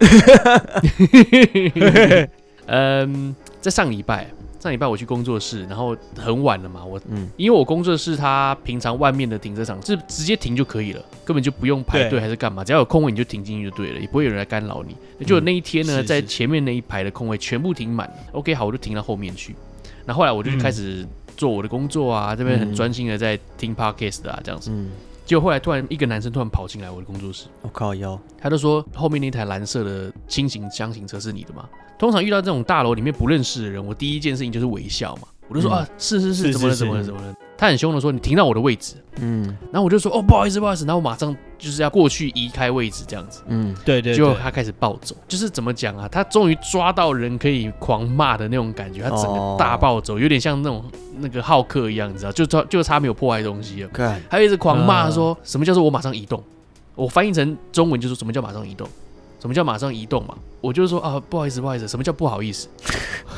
<laughs>
嗯，在上礼拜，上礼拜我去工作室，然后很晚了嘛，我
嗯，
因为我工作室它平常外面的停车场是直接停就可以了，根本就不用排队
对
还是干嘛，只要有空位你就停进去就对了，也不会有人来干扰你。就那一天呢，
嗯是是
在
是
前面那一排的空位全部停满了，OK，好，我就停到后面去。那后来我就
嗯
开始做我的工作啊，这边很
嗯
专心的在听 podcast 啊，这样子。
嗯，
结果后来突然一个男生突然跑进来我的工作室，
我靠腰，
他就说后面那台蓝色的轻型箱型车是你的吗？通常遇到这种大楼里面不认识的人，我第一件事情就是微笑嘛，我就说、
嗯
啊是是是，
是
怎么了
是
怎么了怎么了？他很凶的说你停到我的位置，
嗯
然后我就说哦不好意思不好意思，然后我马上就是要过去移开位置这样子，
嗯，
对对
结果
对，
他开始暴走，就是怎么讲啊？他终于抓到人可以狂骂的那种感觉，他整个
哦
大暴走，有点像那种那个浩克一样，你知道，就差就差没有破坏东西了。
看，
还有一直狂骂说、
嗯
什么叫做我马上移动，我翻译成中文就是什么叫马上移动，什么叫马上移动嘛？我就说啊，不好意思，不好意思，什么叫不好意思？ <laughs>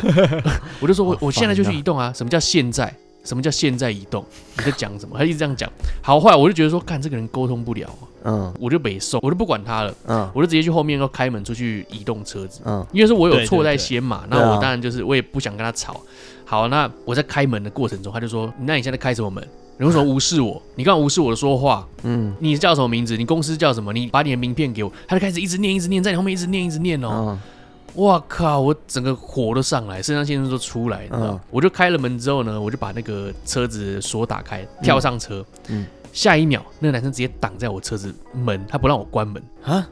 我就说我
好烦
我现在就去
啊
移动啊，什么叫现在？什么叫现在移动？你在讲什么？他一直这样讲。好，后来我就觉得说，看这个人沟通不了啊，
嗯
我就北送，我就不管他了，
嗯
我就直接去后面要开门出去移动车子。
嗯
因为是我有
对
错
对
在
对
先嘛，
对
那
啊
我当然就是我也不想跟他吵。好，那我在开门的过程中，他就说：“那你现在开什么门？你为什么无视我？你刚刚无视我的说话，
嗯
你叫什么名字？你公司叫什么？你把你的名片给我。”他就开始一直念，一直念，在你后面一直念，一直念哦。
嗯，
哇靠！我整个火都上来，肾上腺素都出来，你知道？
嗯
我就开了门之后呢，我就把那个车子锁打开，跳上车。
嗯
下一秒，那个男生直接挡在我车子门，他不让我关门，
啊，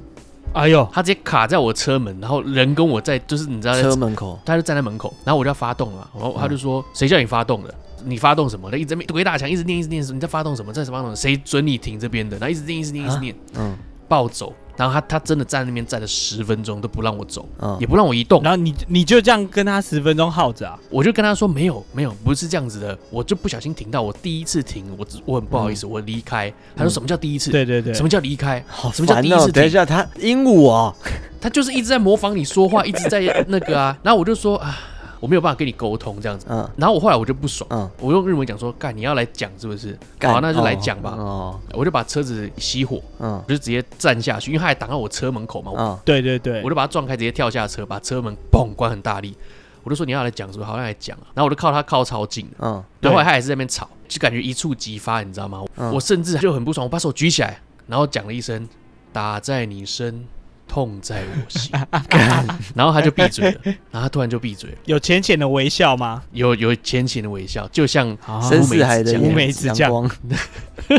哎呦，
他直接卡在我车门，然后人跟我在，就是你知道在
车门口，
他就站在门口，然后我就要发动了啊嘛，然
嗯
后他就说：“谁叫你发动的？你发动什么？”他一直在那边鬼打墙，一直念，一直念，你在发动什么？在发动什么？谁准你停这边的？然后一直念，一直念，一直念，
嗯
暴走。然后他他真的站在那边站了十分钟都不让我走，
嗯
也，不让我移动。
然后你你就这样跟他十分钟耗着啊？
我就跟他说：“没有，没有，不是这样子的，我就不小心停到，我第一次停，我只我很不好意思，我离开。”他说：“什么叫第一次？
对对对，
什么叫离开？
嗯好
什么叫
烦
第一
哦
次
等一
停？
下，他鹦鹉啊，
他就是一直在模仿你说话，一直在那个啊。”然后我就说：“啊，我没有办法跟你沟通这样子。”
嗯
然后我后来我就不爽，
嗯，
我用日文讲说：“干，你要来讲是不是？
干
好，那就来讲吧。
哦，
我就把车子熄火，
哦
我就直接站下去，因为他还挡到我车门口嘛，
嗯
我
嗯，
对对对
我，就把他撞开，直接跳下车，把车门砰关很大力。我我就说你要来讲什么，好像来讲啊。然后我就靠他靠超近的，
嗯，
然后后
对
来他也是在那边吵，就感觉一触即发，你知道吗？
嗯
我甚至就很不爽，我把手举起来，然后讲了一声“打在你身，痛在我
<laughs>
心” <laughs> 然后他就闭嘴了，然后他突然就闭嘴了，
有浅浅的微笑吗？
有有浅浅的微笑，就像
深似海的
乌梅子酱
乌梅子酱
阳光，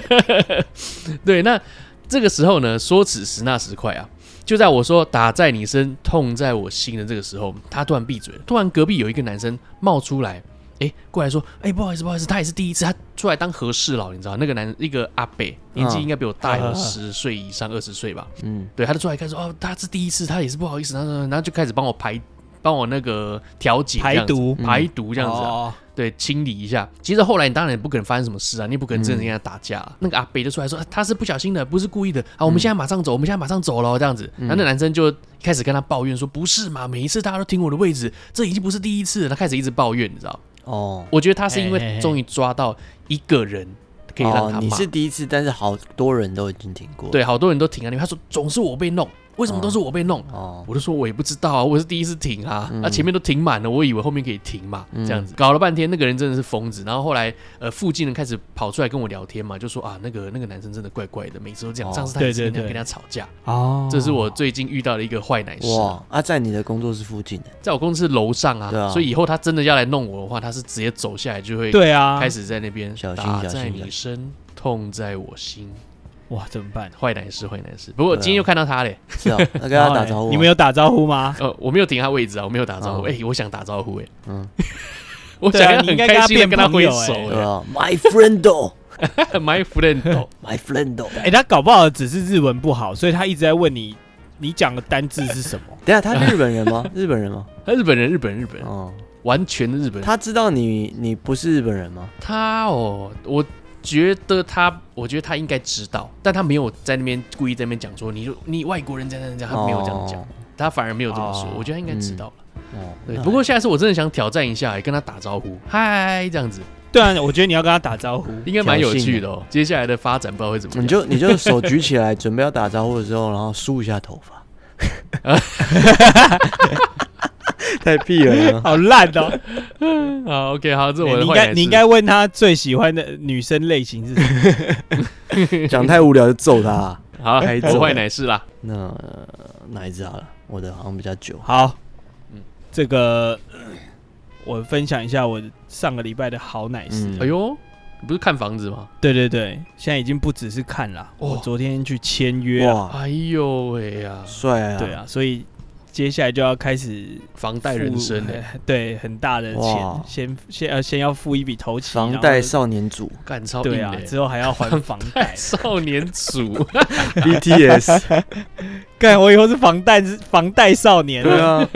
对，那这个时候呢，说此时那时快啊，就在我说打在你身，痛在我心的这个时候，他突然闭嘴了。突然隔壁有一个男生冒出来，哎，过来说，哎，不好意思，不好意思，他也是第一次，他出来当和事佬，你知道，那个男一个阿伯，年纪应该比我大有
嗯
十岁以上，二十岁吧，
嗯，
对，他就出来开始说，哦，他是第一次，他也是不好意思，然后然后就开始帮我排。帮我那个调解这样子、
排毒
排毒这样子啊、
哦
对，清理一下。其实后来你当然也不可能发生什么事啊，你也不可能
嗯
真的跟他打架、啊。那个阿北就出来说、啊他是不小心的，不是故意的。啊，我们现在马上走，我们现在马上走了这样
嗯
子。然后那男生就开始跟他抱怨说，不是嘛，每一次大家都停我的位置，这已经不是第一次了。他开始一直抱怨，你知道？
哦，
我觉得他是因
嘿嘿
为
嘿
终于抓到一个人可以让
哦
他
你
骂。
是第一次，但是好多人都已经听过，，
对，好多人都停啊，因为他说总是我被弄，为什么都是我被弄？
哦，
我就说，我也不知道啊，我是第一次停啊，
嗯
啊前面都停满了，我以为后面可以停嘛，这样子搞了半天，那个人真的是疯子。然后后来呃，附近人开始跑出来跟我聊天嘛，就说啊，那个那个男生真的怪怪的，每次都这样，
哦
上次他也是
对对
跟他
对
跟他吵架。
哦，
这是我最近遇到的一个坏奶师，
哇，啊，在你的工作室附近，
在我公司楼上啊，
对啊
所以以后他真的要来弄我的话，他是直接走下来就会
对啊，
开始在那边
小心
打
小心
在
小
你
心
身，痛在我心。
哇，怎么办？
坏奶师，坏奶师。不过
对啊
今天又看到他嘞， <laughs>
是啊，那跟他打招呼啊，
你们有打招呼吗？
呃，我没有停他位置啊，我没有打招呼。
哦
哎、我想打招呼哎、
嗯
<laughs> 我
对啊
想要
你
很
应该
开心的
跟
跟
他
他
变
挥
朋友
手
对
哎、
啊，My friendo，My
My friend，
<laughs> friendo，
哎，他搞不好只是日文不好，所以他一直在问你，你讲的单字是什么？
等一下他
哎
日本
<laughs>
人吗？日本人吗？
他日本人，日本人日本人，
哦，
完全的日本人。
他知道你你不是日本人吗？
他哦，我觉得他，我觉得他应该知道，但他没有在那边故意在那边讲说你就你外国人这样这样这样，他没有这样讲，
哦
他反而没有这么说。
哦
我觉得他应该知道了。
哦，
对，
那
不过下次我真的想挑战一下、哎跟他打招呼，嗨，这样子
<laughs> 对啊，我觉得你要跟他打招呼。
应该蛮有趣的哦。接下来的发展不知道会怎么样。
你就你就手举起来，准备要打招呼的时候，然后梳一下
<laughs>
头发，太
<laughs>
屁
<laughs>
了！
好烂哦！
好，OK，好，这是我的
你应
坏
该
奶
你应
师
该问他最喜欢的女生类型是 <laughs> 什么？
讲太无聊就揍他啊。
好，
该
我
走
坏
了
奶师啦。
那呃哪一只好了？我的好像比较久。
好，这个呃我分享一下我上个礼拜的好奶事。
嗯
哎呦，你不是看房子吗？
对对对，现在已经不只是看了，
哦
我昨天去签约了。
哇，
哎呦喂呀、
帅啊！
对，啊，所以接下来就要开始
房贷人
付 <laughs>
生哎、
呃对，很大的钱
哇，
先先呃先要付一笔头期，
房
然后
贷少
<laughs>
年组
干超硬
对啊
的、，
之后还要还房贷。 <laughs>
少年组啊
BTS，
干，我以后是房贷房贷少 <laughs> 年
对
了。
啊，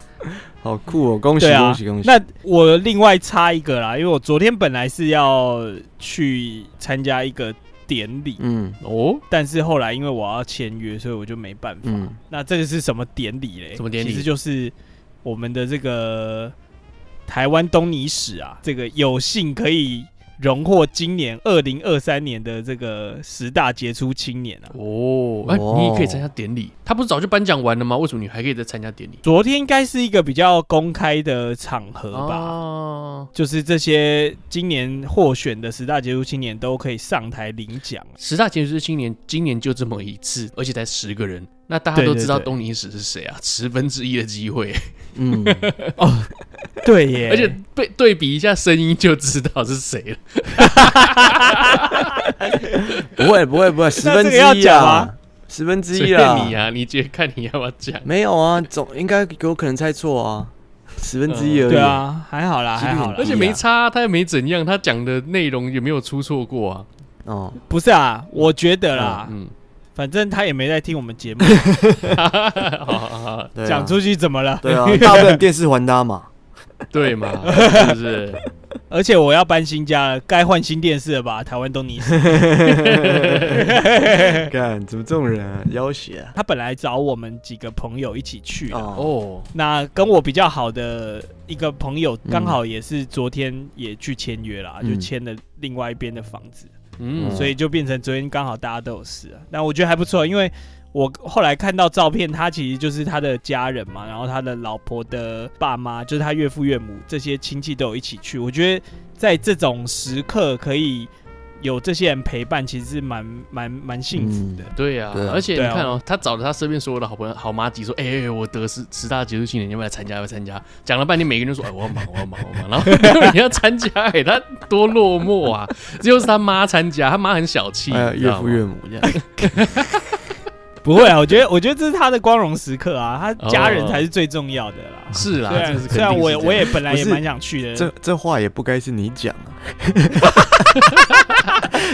<laughs> 好酷哦！恭喜
对啊
恭喜恭，喜！
那我另外插一个啦，因为我昨天本来是要去参加一个典礼，
嗯
哦，
但是后来因为我要签约，所以我就没办法。
嗯
那这个是什么典礼嘞？
什么典礼
其实就是我们的这个台湾东尼史啊，这个有幸可以荣获今年二零二三年的这个十大杰出青年啊。
哦，哎、
哦
你也可以参加典礼。他不是早就颁奖完了吗？为什么你还可以再参加典礼？
昨天应该是一个比较公开的场合吧。
哦，
就是这些今年获选的十大杰出青年都可以上台领奖，
十大杰出青年今年就这么一次，而且才十个人。那大家
对
都
对
知道
对
东尼史是谁啊？十分之一的机会，
嗯，
对耶
而且对对比一下声音就知道是谁了。
不会不会不会，十分之
要
一
讲
啊
吗，
十分之
随
一
便
啊
你，啊，你觉得看你要不要讲？
没有啊，总应该有可能猜错啊，十分之一而已。
对，啊，还好啦，
几率
还好
很
<laughs>
啦
而
低，
且没差，啊他也没怎样，他讲的内容也没有出错过啊。
哦，
不是啊，我觉得啦，
嗯， <laughs>
反正他也没在听我们节目，
好好好，
对啊
讲出去怎么了？ <laughs>
对啊，大不了电视还他嘛。
对嘛，是不
<laughs>
是？
而且我要搬新家了，该换新电视了吧？台湾东尼
<laughs>
斯，
干，怎么这种人啊，要挟啊！
他本来找我们几个朋友一起去的。
哦，
<laughs> 哦，
那跟我比较好的一个朋友，刚好也是昨天也去签约啦，
嗯
就签了另外一边的房子。
嗯，
嗯
所以就变成昨天刚好大家都有事啊。那我觉得还不错，因为我后来看到照片，他其实就是他的家人嘛，然后他的老婆的爸妈，就是他岳父岳母这些亲戚都有一起去。我觉得在这种时刻可以有这些人陪伴，其实是蛮蛮蛮幸福的。
对呀、
对啊
而且
对
你
啊
看哦，他找了他身边所有的好朋友、好妈吉说：“哎、哎我得十十大杰出青年，你要不要来参加？要不要参加？”讲了半天，每个人都说：“哎、我要忙，我要忙，我要忙。”然 <laughs> 后没有人要参加、哎，他多落寞啊！只有是他妈参加，他妈很小气，
哎呀，
你知
岳
道
父
吗
岳母这样，
不会啊，我
<laughs>
觉得我觉得这是他的光荣时刻啊，他家人才是最重要的
哦
啦。
是啦，
虽
这
然
个是肯定是
啊虽然我也
这
我
样
也本来也
不是
蛮想去的，
这这话也不该是你讲
<laughs>
啊，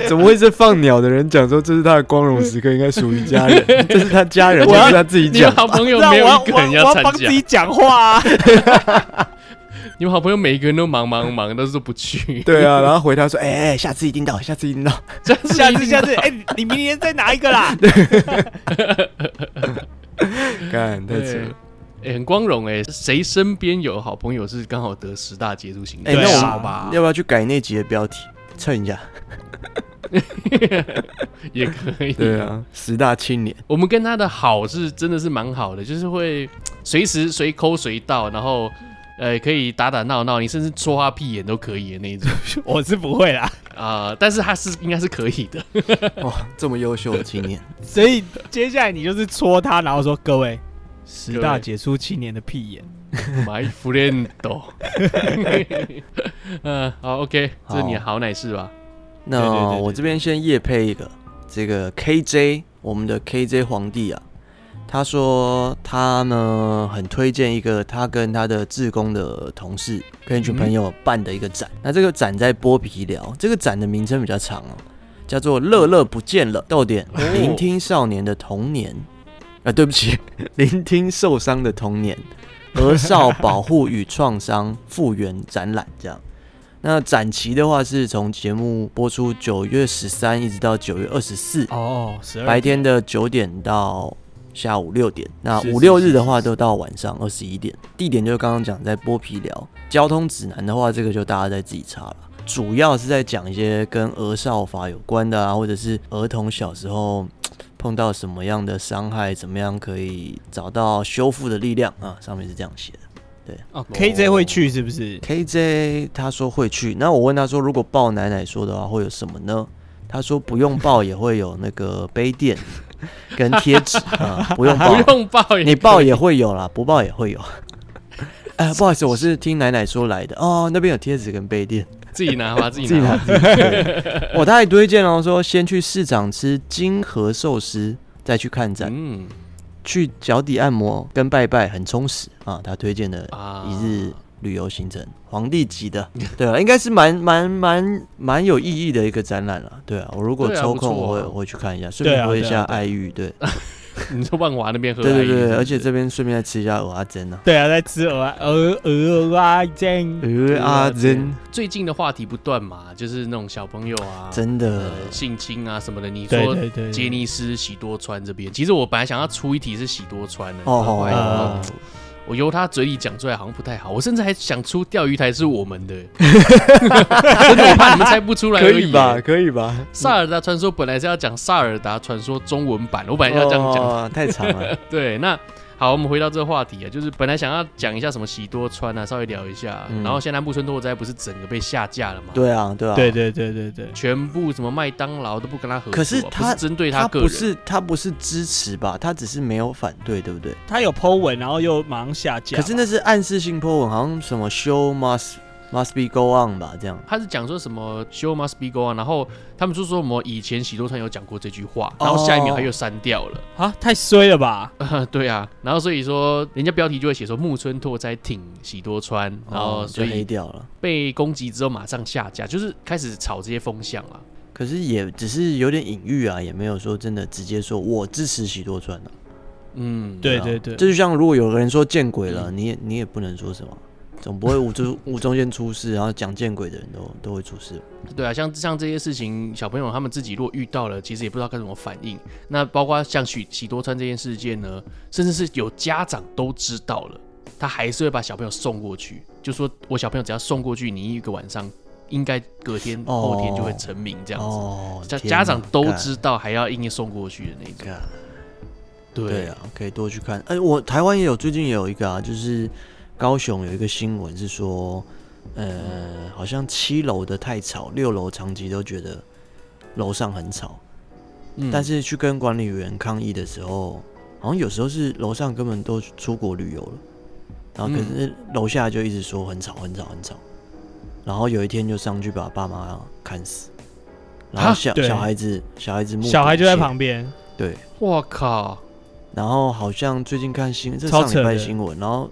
怎么会是放鸟的人讲说这是他的光荣时刻，应该属于
<laughs>
家人，这是他家人，
我
不
要
是他自己
你有
讲吧。
好朋
<laughs>
友
不然
没有
我要
一个人
我
要
我
参
帮
加
自，己讲话
<laughs>
啊。
你们好朋友每一个人都忙忙忙，都是不去。
对啊，然后回他说：“哎、哎，下次一定到，下次一
<laughs>
定到。
这样子
下
一
次
定
下
的
次，哎、你明年再拿一个啦。”
干，太扯
对
了。，
哎、很光荣哎、谁身边有好朋友是刚好得十大杰出青
哎、
年？
对啊
那我
少
们
吧，
要不要去改那集的标题，蹭一下？
也可以。
对啊，十大青年，
我们跟他的好是真的是蛮好的，就是会随时随抠随到，然后呃可以打打闹闹，你甚至戳他屁眼都可以的那一种 <laughs>
<laughs> 我是不会啦，
啊、但是他是应该是可以的，
哇，这么优秀的青年，
所以接下来你就是戳他，然后说各位。十
各
大
位
解出七年的屁眼，
my friend。嗯，好，OK，这是你的好奶事吧？
那
对对对对
我这边先夜配一个，这个 KJ，我们的 KJ 皇帝啊，他说他呢很推荐一个他跟他的志工的同事跟一群朋友办的一个
嗯
展，那这个展在剥皮寮，这个展的名称比较长哦，叫做“乐乐不见了”，逗点
哦，
聆听少年的童年，啊、对不起，聆听受伤的童年， <laughs> 儿少保护与创伤复原展览这样。那展期的话是从节目播出九月十三一直到九月二十四，
哦，十
白天的九点到下午六点，那
是
五
是
六
是
日的话都到晚上二十一点。地点就是刚刚讲在剥皮寮，交通指南的话，这个就大家再自己查了。主要是在讲一些跟儿少法有关的啊，或者是儿童小时候碰到什么样的伤害，怎么样可以找到修复的力量啊，上面是这样写的。
哦，KJ 会去是不是？
KJ 他说会去，那我问他说，如果抱奶奶说的话，会有什么呢？他说不用抱也会有那个杯垫跟贴纸啊， <laughs> 不用抱，
不用抱也可以，
你抱也会有啦，不抱也会有。 <laughs> 哎，不好意思，我是听奶奶说来的哦，那边有贴纸跟杯垫，
<laughs> 自己拿吧，自
<laughs> 自
己
己
拿
拿
吧。
自己拿。对我他还推荐哦，说先去市场吃金河寿司，再去看展，
嗯
去脚底按摩跟拜拜很充实啊。他推荐的
啊
一日旅游行程，皇帝级的，对啊，应该是蛮蛮蛮蛮有意义的一个展览了，对啊。我如果
对啊
抽
不
空，
错啊
我会我会去看一下，顺
对
便
啊
喝一
对啊
下
对啊
爱玉，对
<laughs> 你说万华那边喝
对对
爱玉
对，
是
而
不
且
是
这边顺便再吃一下蚵仔煎呢。
对啊，在吃鹅啊鹅鹅啊煎，
呃啊，真
最近的话题不断嘛，就是那种小朋友啊，
真的，
呃性侵啊什么的，你
对
说
对对，
杰尼斯喜多川这边，其实我本来想要出一题是喜多川的，
哦
后来想到
哦
我由他嘴里讲出来好像不太好，我甚至还想出钓鱼台是我们
<laughs>
的，真的我怕你们猜不出来而
可
已
以吧？？可以吧？
萨尔达传说本来是要讲萨尔达传说中文版，我本来要这样讲，
哦，太长了。
对，那。好，我们回到这个话题啊，就是本来想要讲一下什么喜多川啊，稍微聊一下，
嗯
然后现在木村拓哉不是整个被下架了嘛？，
对啊，对啊，
对对对对对，
全部什么麦当劳都不跟他合作啊，
可是
不
他
针对
他
个
不
人，
是他不是支持吧？他只是没有反对，对不对？
他有 Po 文，然后又马上下架。
可是那是暗示性 po 文，好像什么 show must must be go on 吧？这样。
他是讲说什么 “show must be go on”，然后他们就说什么以前喜多川有讲过这句话，
哦
然后下一秒他又删掉了。 <laughs>
啊，太衰了吧？
呃
对啊，然后所以说人家标题就会写说木村拓哉挺喜多川，然后
哦
所
就黑
以
掉了。
被攻击之后马上下架，就是开始炒这些风向啊了。
可是也只是有点隐喻啊，也没有说真的直接说我支持喜多川啊。
嗯，
对
啊
对对，
这就像如果有个人说见鬼了，你也你也不能说什么，总不会无 <laughs> 中无中间出事，然后讲见鬼的人都都会出事。
对啊，像像这些事情，小朋友他们自己如果遇到了，其实也不知道该怎么反应。那包括像许喜多川这件事件呢，甚至是有家长都知道了，他还是会把小朋友送过去，就说我小朋友只要送过去，你一个晚上应该隔天
哦
后天就会成名这样子。
哦，
家
天
家
哪
长都
干
知道，还要硬送过去的那种。
干
对
对
啊，，可以多去看。哎、我台湾也有，最近也有一个啊，就是高雄有一个新闻是说，呃，好像七楼的太吵，六楼长期都觉得楼上很吵，
嗯
但是去跟管理员抗议的时候，好像有时候是楼上根本都出国旅游了，然后可是楼下就一直说很吵很吵很吵，然后有一天就上去把爸妈砍死，然后
啊
小
对
小孩子小孩子目睹
小孩就
一
在
切
旁边，
对。
我靠，
然后好像最近看新，这
超
上
扯的
礼拜新闻，然后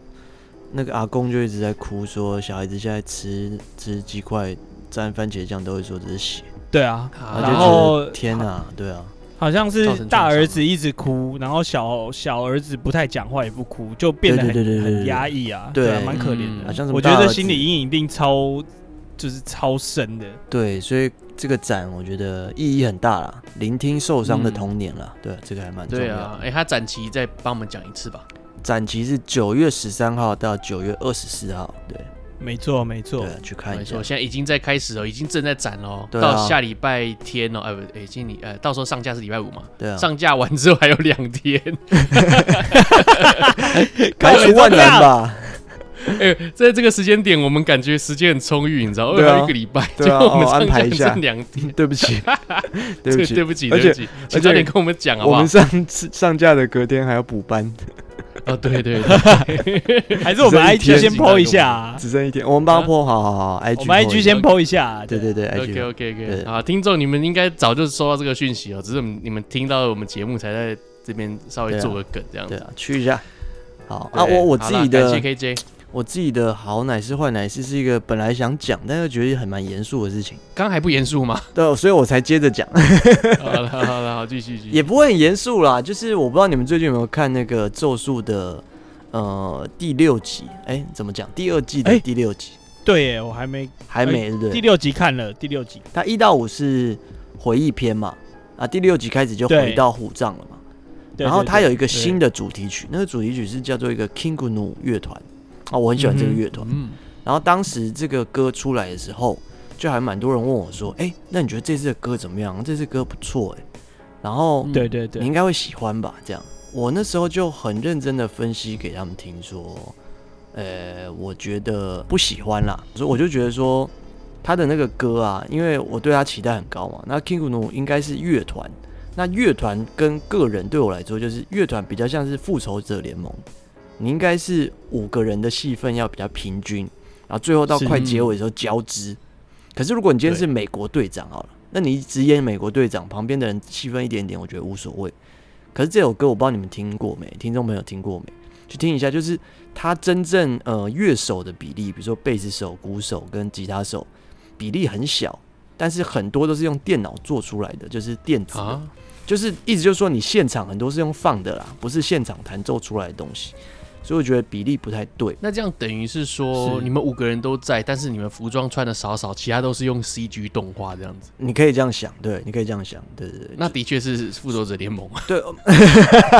那个阿公就一直在哭，说小孩子现在吃吃鸡块蘸番茄酱都会说这是血，
对啊，
啊
然
然
后就觉
后
得天哪，对啊，
好像
造
是
成
大
创伤
儿子一直哭，然后小小儿子不太讲话也不哭，就变得
对
很
对对对对
很
对
压抑啊，
对
啊蛮可怜
嗯
的
好。像什么
我觉
大儿
得
子
心理阴影一定超就是超深的。
对，所以这个展我觉得意义很大啦，聆听受伤的
嗯
童年啦，对啊，这个还蛮重
对
要
啊，
的。
哎，他展期再帮我们讲一次吧。
展期是九月十三号到九月二十四号，对
没错，没错
对，啊，去看
没
一下
错，。现在已经在开始哦了，已经正在展了。
对啊
到下礼拜天哦，哎不，哎，今礼呃，到时候上架是礼拜五嘛？
对啊，
上架完之后还有两天， <laughs>
排除万难吧，
<laughs>
哎，在这个时间点，我们感觉时间很充裕，你知道，
对啊
还有一个礼拜，
对啊
结果我们
哦
上
安排
架
一下
剩两天。
对不
<laughs>
起，对不起，
对不起，
而
对不
且
起，请
而且
早点跟我们讲好不
我
好
们？上次上架的隔天还要补班，
哦，对
<laughs>
对对，
<laughs> 还是我们
只剩
IG
一天
先
只
PO
剩
一
一
下啊，
只
<laughs>
剩一天，我们哦帮他破，好好好，IG
我们
po 一
IG
下
先 PO 一下，啊
对对对，IG
OK OK OK，
对
好，听众你们应该早就收到这个讯息了，哦只是你们听到我们节目才在这边稍微
对啊
做个梗这样
对
子。
啊，去一下。好
对
啊，我我
好
自
啦
己
感
的
谢 KJ，
我自己的好奶是坏奶是是一个本来想讲，但又觉得很蛮严肃的事情，
刚刚还不严肃
<laughs>
吗？
对，所以我才接着讲，
好了好了，好继续继
<laughs>
续。
也不会很严肃啦。就是我不知道你们最近有没有看那个《咒术》的呃第六集，哎、怎么讲？第二季的
哎
第六集、
对耶，我还没
还没对不
第
对？
六集看了，第六集
它一到五是回忆篇嘛，啊，第六集开始就
对
回到虎杖了嘛。
对
然后
对
它
对
有一个
对
新的主题曲，那个主题曲是叫做一个 Kingunu 乐团啊，我很喜欢这个
嗯哼
乐团。
嗯，
然后当时这个歌出来的时候，就还蛮多人问我说：“哎、那你觉得这次的歌怎么样？这次歌不错哎、然后
对嗯对
你
对
应该会喜欢吧？”这样，我那时候就很认真的分析给他们听说，呃，我觉得不喜欢啦，所以我就觉得说他的那个歌啊，因为我对他期待很高嘛。那 Kingunu 应该是乐团，那乐团跟个人对我来说，就是乐团比较像是复仇者联盟，你应该是五个人的戏份要比较平均，然后最后到
是
快结尾的时候交织。可是如果你今天是美国队长好了，那你只演美国队长，旁边的人戏份一点点，我觉得无所谓。可是这首歌我不知道你们听过没，听众朋友听过没？去听一下，就是他真正呃乐手的比例，比如说贝斯手、鼓手跟吉他手比例很小，但是很多都是用电脑做出来的，就是电子的
啊，
就是意思就是说你现场很多是用放的啦，不是现场弹奏出来的东西，所以我觉得比例不太对。
那这样等于是说
是
你们五个人都在，但是你们服装穿的少少，其他都是用 CG 动画这样子。
你可以这样想，对，你可以这样想，对对对。
那的确是复仇者联盟。啊
对，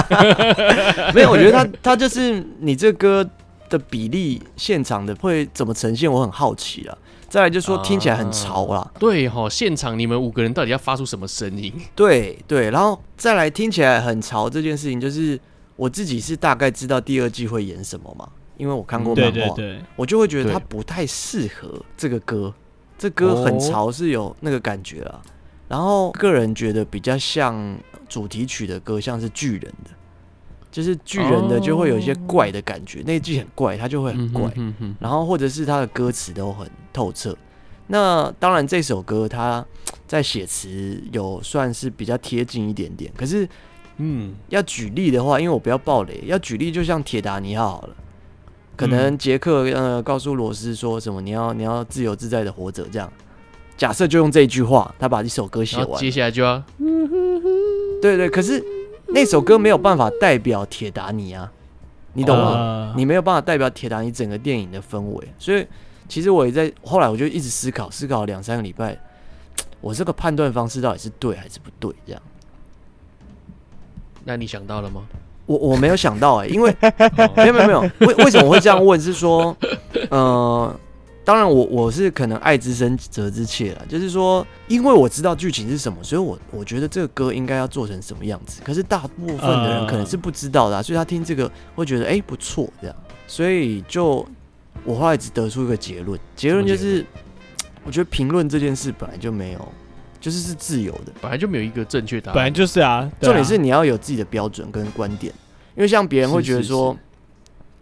<laughs> 没有，我觉得他他就是你这歌的比例，现场的会怎么呈现，我很好奇啦。再来就说听起来很潮啦，
对哈、现场你们五个人到底要发出什么声音？
对对，然后再来听起来很潮这件事情，就是我自己是大概知道第二季会演什么嘛，因为我看过漫
对
画，
对对，
我就会觉得它
对哦
不太适合这个歌，这歌很潮是有那个感觉啦。然后个人觉得比较像主题曲的歌，像是巨人的，就是巨人的就会有一些怪的感觉，那一句很怪，它就会很怪。
哦嗯哼
然后或者是他的歌词都很透彻。那当然，这首歌他在写词有算是比较贴近一点点，可是
嗯，
要举例的话，因为我不要暴雷，要举例就像铁达尼号好了，可能杰克呃告诉罗斯说什么你要你要自由自在的活着这样，假设就用这一句话，他把一首歌写
然后
完
接，下来就要
对对，可是那首歌没有办法代表铁达尼啊，你懂吗？
啊
呃
你没有办法代表铁达尼整个电影的氛围，所以其实我也在后来我就一直思考，思考了两三个礼拜，我这个判断方式到底是对还是不对？这样，
那你想到了吗？
我我没有欸想到哎、因为没有没有没有，为为什么我会这样问？是说，呃，当然我，我是可能爱之深责之切了，就是说，因为我知道剧情是什么，所以我我觉得这个歌应该要做成什么样子。可是大部分的人
呃
可能
嗯
是不知道的啊、所以他听这个会觉得哎、不错这样，所以就我后来只得出一个结论，结论就
什么结
是，我觉得评论这件事本来就没有，就是是自由的，
本来就没有一个正确答
本来
案。
就是啊，对
重
啊
点是你要有自己的标准跟观点，因为像别人会觉得说，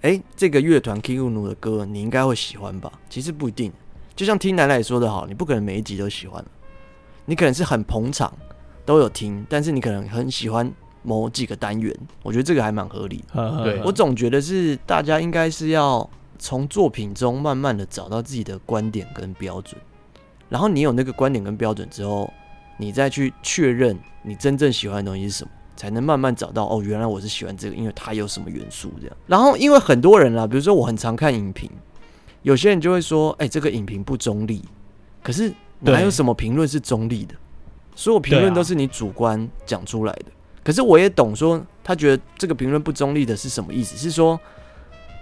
哎、这个乐团 Kikunu 的歌你应该会喜欢吧？其实不一定，就像听奶奶说的好，你不可能每一集都喜欢，你可能是很捧场都有听，但是你可能很喜欢某几个单元，我觉得这个还蛮合理的。
呵呵呵
对
我总觉得是大家应该是要从作品中慢慢的找到自己的观点跟标准，然后你有那个观点跟标准之后，你再去确认你真正喜欢的东西是什么，才能慢慢找到哦，原来我是喜欢这个，因为它有什么元素这样。然后因为很多人啦，比如说我很常看影评，有些人就会说，哎、这个影评不中立，可是哪
对
有什么评论是中立的？所有评
对
论
啊
都是你主观讲出来的。可是我也懂说，他觉得这个评论不中立的是什么意思？是说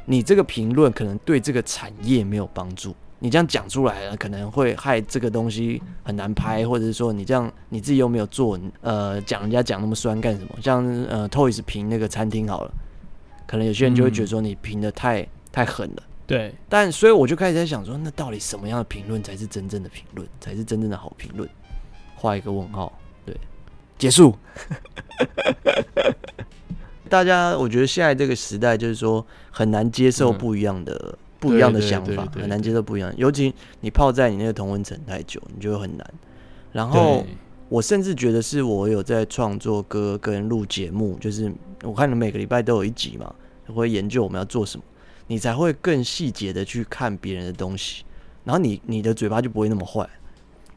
你这个评论可能对这个产业没有帮助，你这样讲出来了，可能会害这个东西很难拍，或者是说你这样你自己又没有做，呃，讲人家讲那么酸干什么？像呃，Toys 评那个餐厅好了，可能有些人就会觉得说你评的太太狠了。
对 <laughs>
但所以我就开始在想说，那到底什么样的评论才是真正的评论，才是真正的好评论？画一个问号，对，结束。 <laughs> 大家，我觉得现在这个时代就是说很难接受
嗯
不一样的、不一样的
对对
想
对
法，
对
很难
对
接受不一样的。尤其你泡在你那个同温层太久，你就会很难。然后我甚至觉得是我有在创作歌跟录节目，就是我看你每个礼拜都有一集嘛，会研究我们要做什么，你才会更细节的去看别人的东西，然后你你的嘴巴就不会那么坏。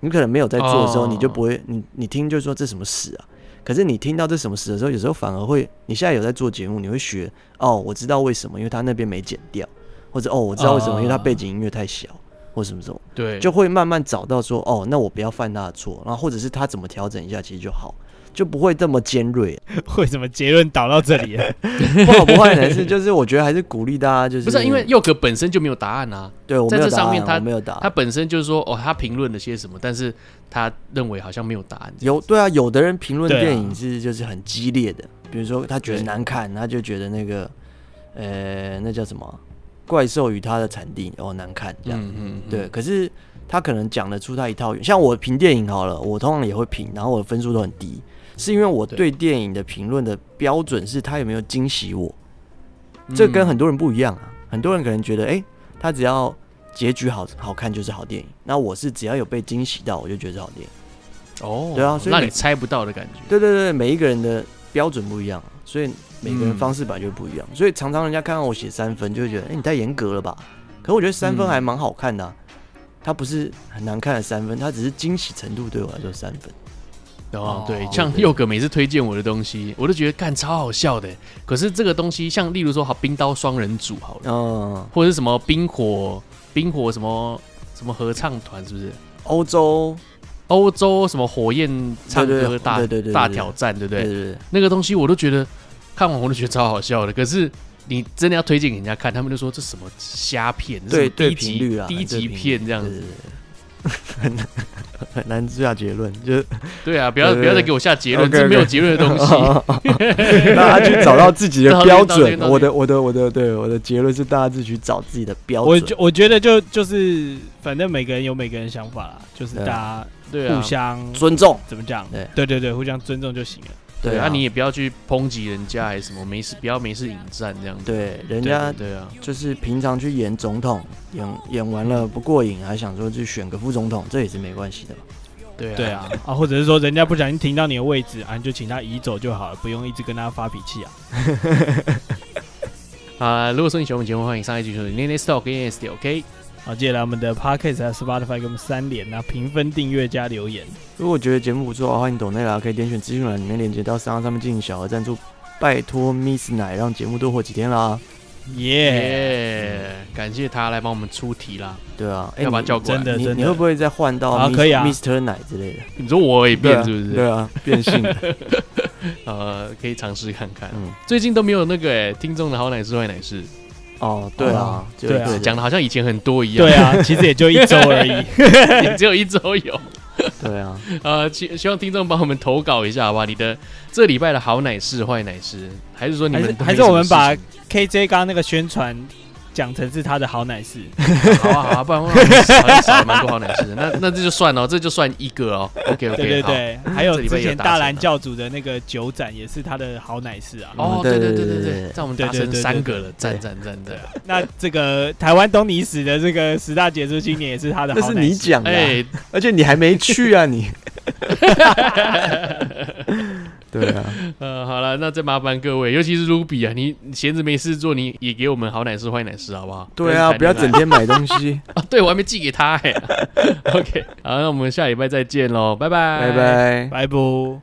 你可能没有在做的时候，
哦
你就不会，你你听就说这什么屎啊。可是你听到这什么屎的时候，有时候反而会，你现在有在做节目，你会学哦，我知道为什么，因为他那边没剪掉，或者哦，我知道为什
哦
么，因为他背景音乐太小，或什么什么。
对，
就会慢慢找到说，哦，那我不要犯他的错，然后或者是他怎么调整一下，其实就好，就不会这么尖
<laughs>
锐。
为什么结论导到这里啊？
不好不坏的是，就是我觉得还是鼓励大家，就是
不是啊因为佑可本身就没有答案啊，
对我
在
没有
这
答
上
案，
面他
我没有答
他
案。
本身就是说哦，他评论了些什么，但是他认为好像没有答案。
有对啊，有的人评论
对啊
电影是就是很激烈的，比如说他觉得
对
难看，他就觉得那个呃那叫什么啊《怪兽与他的产地》哦难看这样，
嗯嗯，嗯
对，可是他可能讲得出他一套语。像我评电影好了，我通常也会评，然后我的分数都很低，是因为我对
对
电影的评论的标准是他有没有惊喜我，
嗯
这跟很多人不一样啊。很多人可能觉得，哎、他只要结局好好看就是好电影，那我是只要有被惊喜到，我就觉得是好电影。
哦，
对啊所以
让
每
你猜不到的感觉。
对对对，每一个人的标准不一样啊，所以每个人
嗯
方式本来就不一样，所以常常人家看到我写三分，就会觉得，哎、你太严格了吧？可我觉得三分
嗯
还蛮好看的、啊，它不是很难看的三分，它只是惊喜程度对我来说三分。
哦，对
哦，
像
对
佑哥每次推荐我的东西，我都觉得干超好笑的。可是这个东西，像例如说好冰刀双人组好了，
嗯，
或者是什么冰火冰火什么什么合唱团，是不是？
欧洲，
欧洲什么火焰唱
对对
歌大
对对对对
大
对
挑战，对不
对
对？
对对，
那个东西我都觉得看完我都觉得超好笑的。可是你真的要推荐给人家看，他们就说这什么瞎片，这什么低
对对频率
级
啊，
低
对
级
频率
片这样
对
子。
对对很难 <laughs> 很难下结论，就是
对啊，不要
对对
不
对
要再给我下结论，
OK，OK
这没有结论的东
<laughs>
西。
大家去找到自己的
到底
标
到底
准。
到底
我的我的我的对我的结论是大家自己去找自己的标
我
准。
觉我觉得就就是，反正每个人有每个人想法啦，就是
对
大
对啊
家互，相
尊重，
怎么讲？
对
对对对，互相尊重就行了。
对啊，
啊
你也不要去抨击人家还是什么，没事不要没事引战这样子。
对人
对
家
对啊，
就是平常去演总统，演演完了不过瘾，还想说去选个副总统，这也是没关系的嘛。
对啊，
对啊，啊，或者是说人家不小心停到你的位置，啊，你就请他移走就好了，不用一直跟他发脾气啊。
啊！如果说你喜欢我们节目，欢迎上一句说 n e n e Talk n s t OK。
好，接下来我们的 Podcast 和 Spotify 给我们三连啊，评分、订阅加留言。
如果觉得节目不错的话，欢迎抖内啦，可以点选资讯栏里面链接到三上面进行小额赞助，拜托 Miss 奶让节目多活几天啦。
耶、
耶！感谢他来帮我们出题啦，
对啊，哎、
要把他
你
叫过来
真。的
你
真
你会不
的，
会再换到 Mr.、
好可以啊
Mr. 奶之类的？
你说我也
对啊
变是不是？
对啊，
<laughs>
变性的。
呃，可以尝试看看。
嗯
最近都没有那个哎，听众的好奶是坏奶是，
哦，对啊
哦，
就
对啊
对
讲的好像以前很多一样，
对
<laughs>
啊，其实也就一周而已。
也只有一周有。
对啊，
呃，希希望听众帮我们投稿一下，好不好？你的这礼拜的好奶事、坏奶事，还是说 <laughs> 你
还
们
是
都没
还是我们
什么
把
事
KJ 刚刚那个宣传讲成是他的好奶事，
情好啊好啊，不然我们少了少了蛮多好奶事
<laughs>
的。那那这就算了，这就算一个哦。OK OK，
对对对，还有
这礼拜也
之
有
前
达成
大蓝
了
教主的那个酒展也是他的好奶事啊。
哦，
嗯
对
对
对对
对
对
对
对
对，
在我们
对
达
对
成
对
三
对
个了，赞赞赞赞。
那这个台湾东尼史的这个十大杰出青年也是他的
那
好
是
奶
你
事。
讲的啊，
哎，
而且你还没去啊，你。对啊，
哎 <laughs> 呃，好了，那再麻烦各位，尤其是卢比啊，你你闲着没事做，你也给我们好奶事、坏奶事，好不好？
对啊，
谈
不要
恋爱 <laughs>
整天买东西，
啊，对我还没寄给他哎。OK，好，那我们下礼拜再见喽，拜拜，
拜。拜。
拜拜。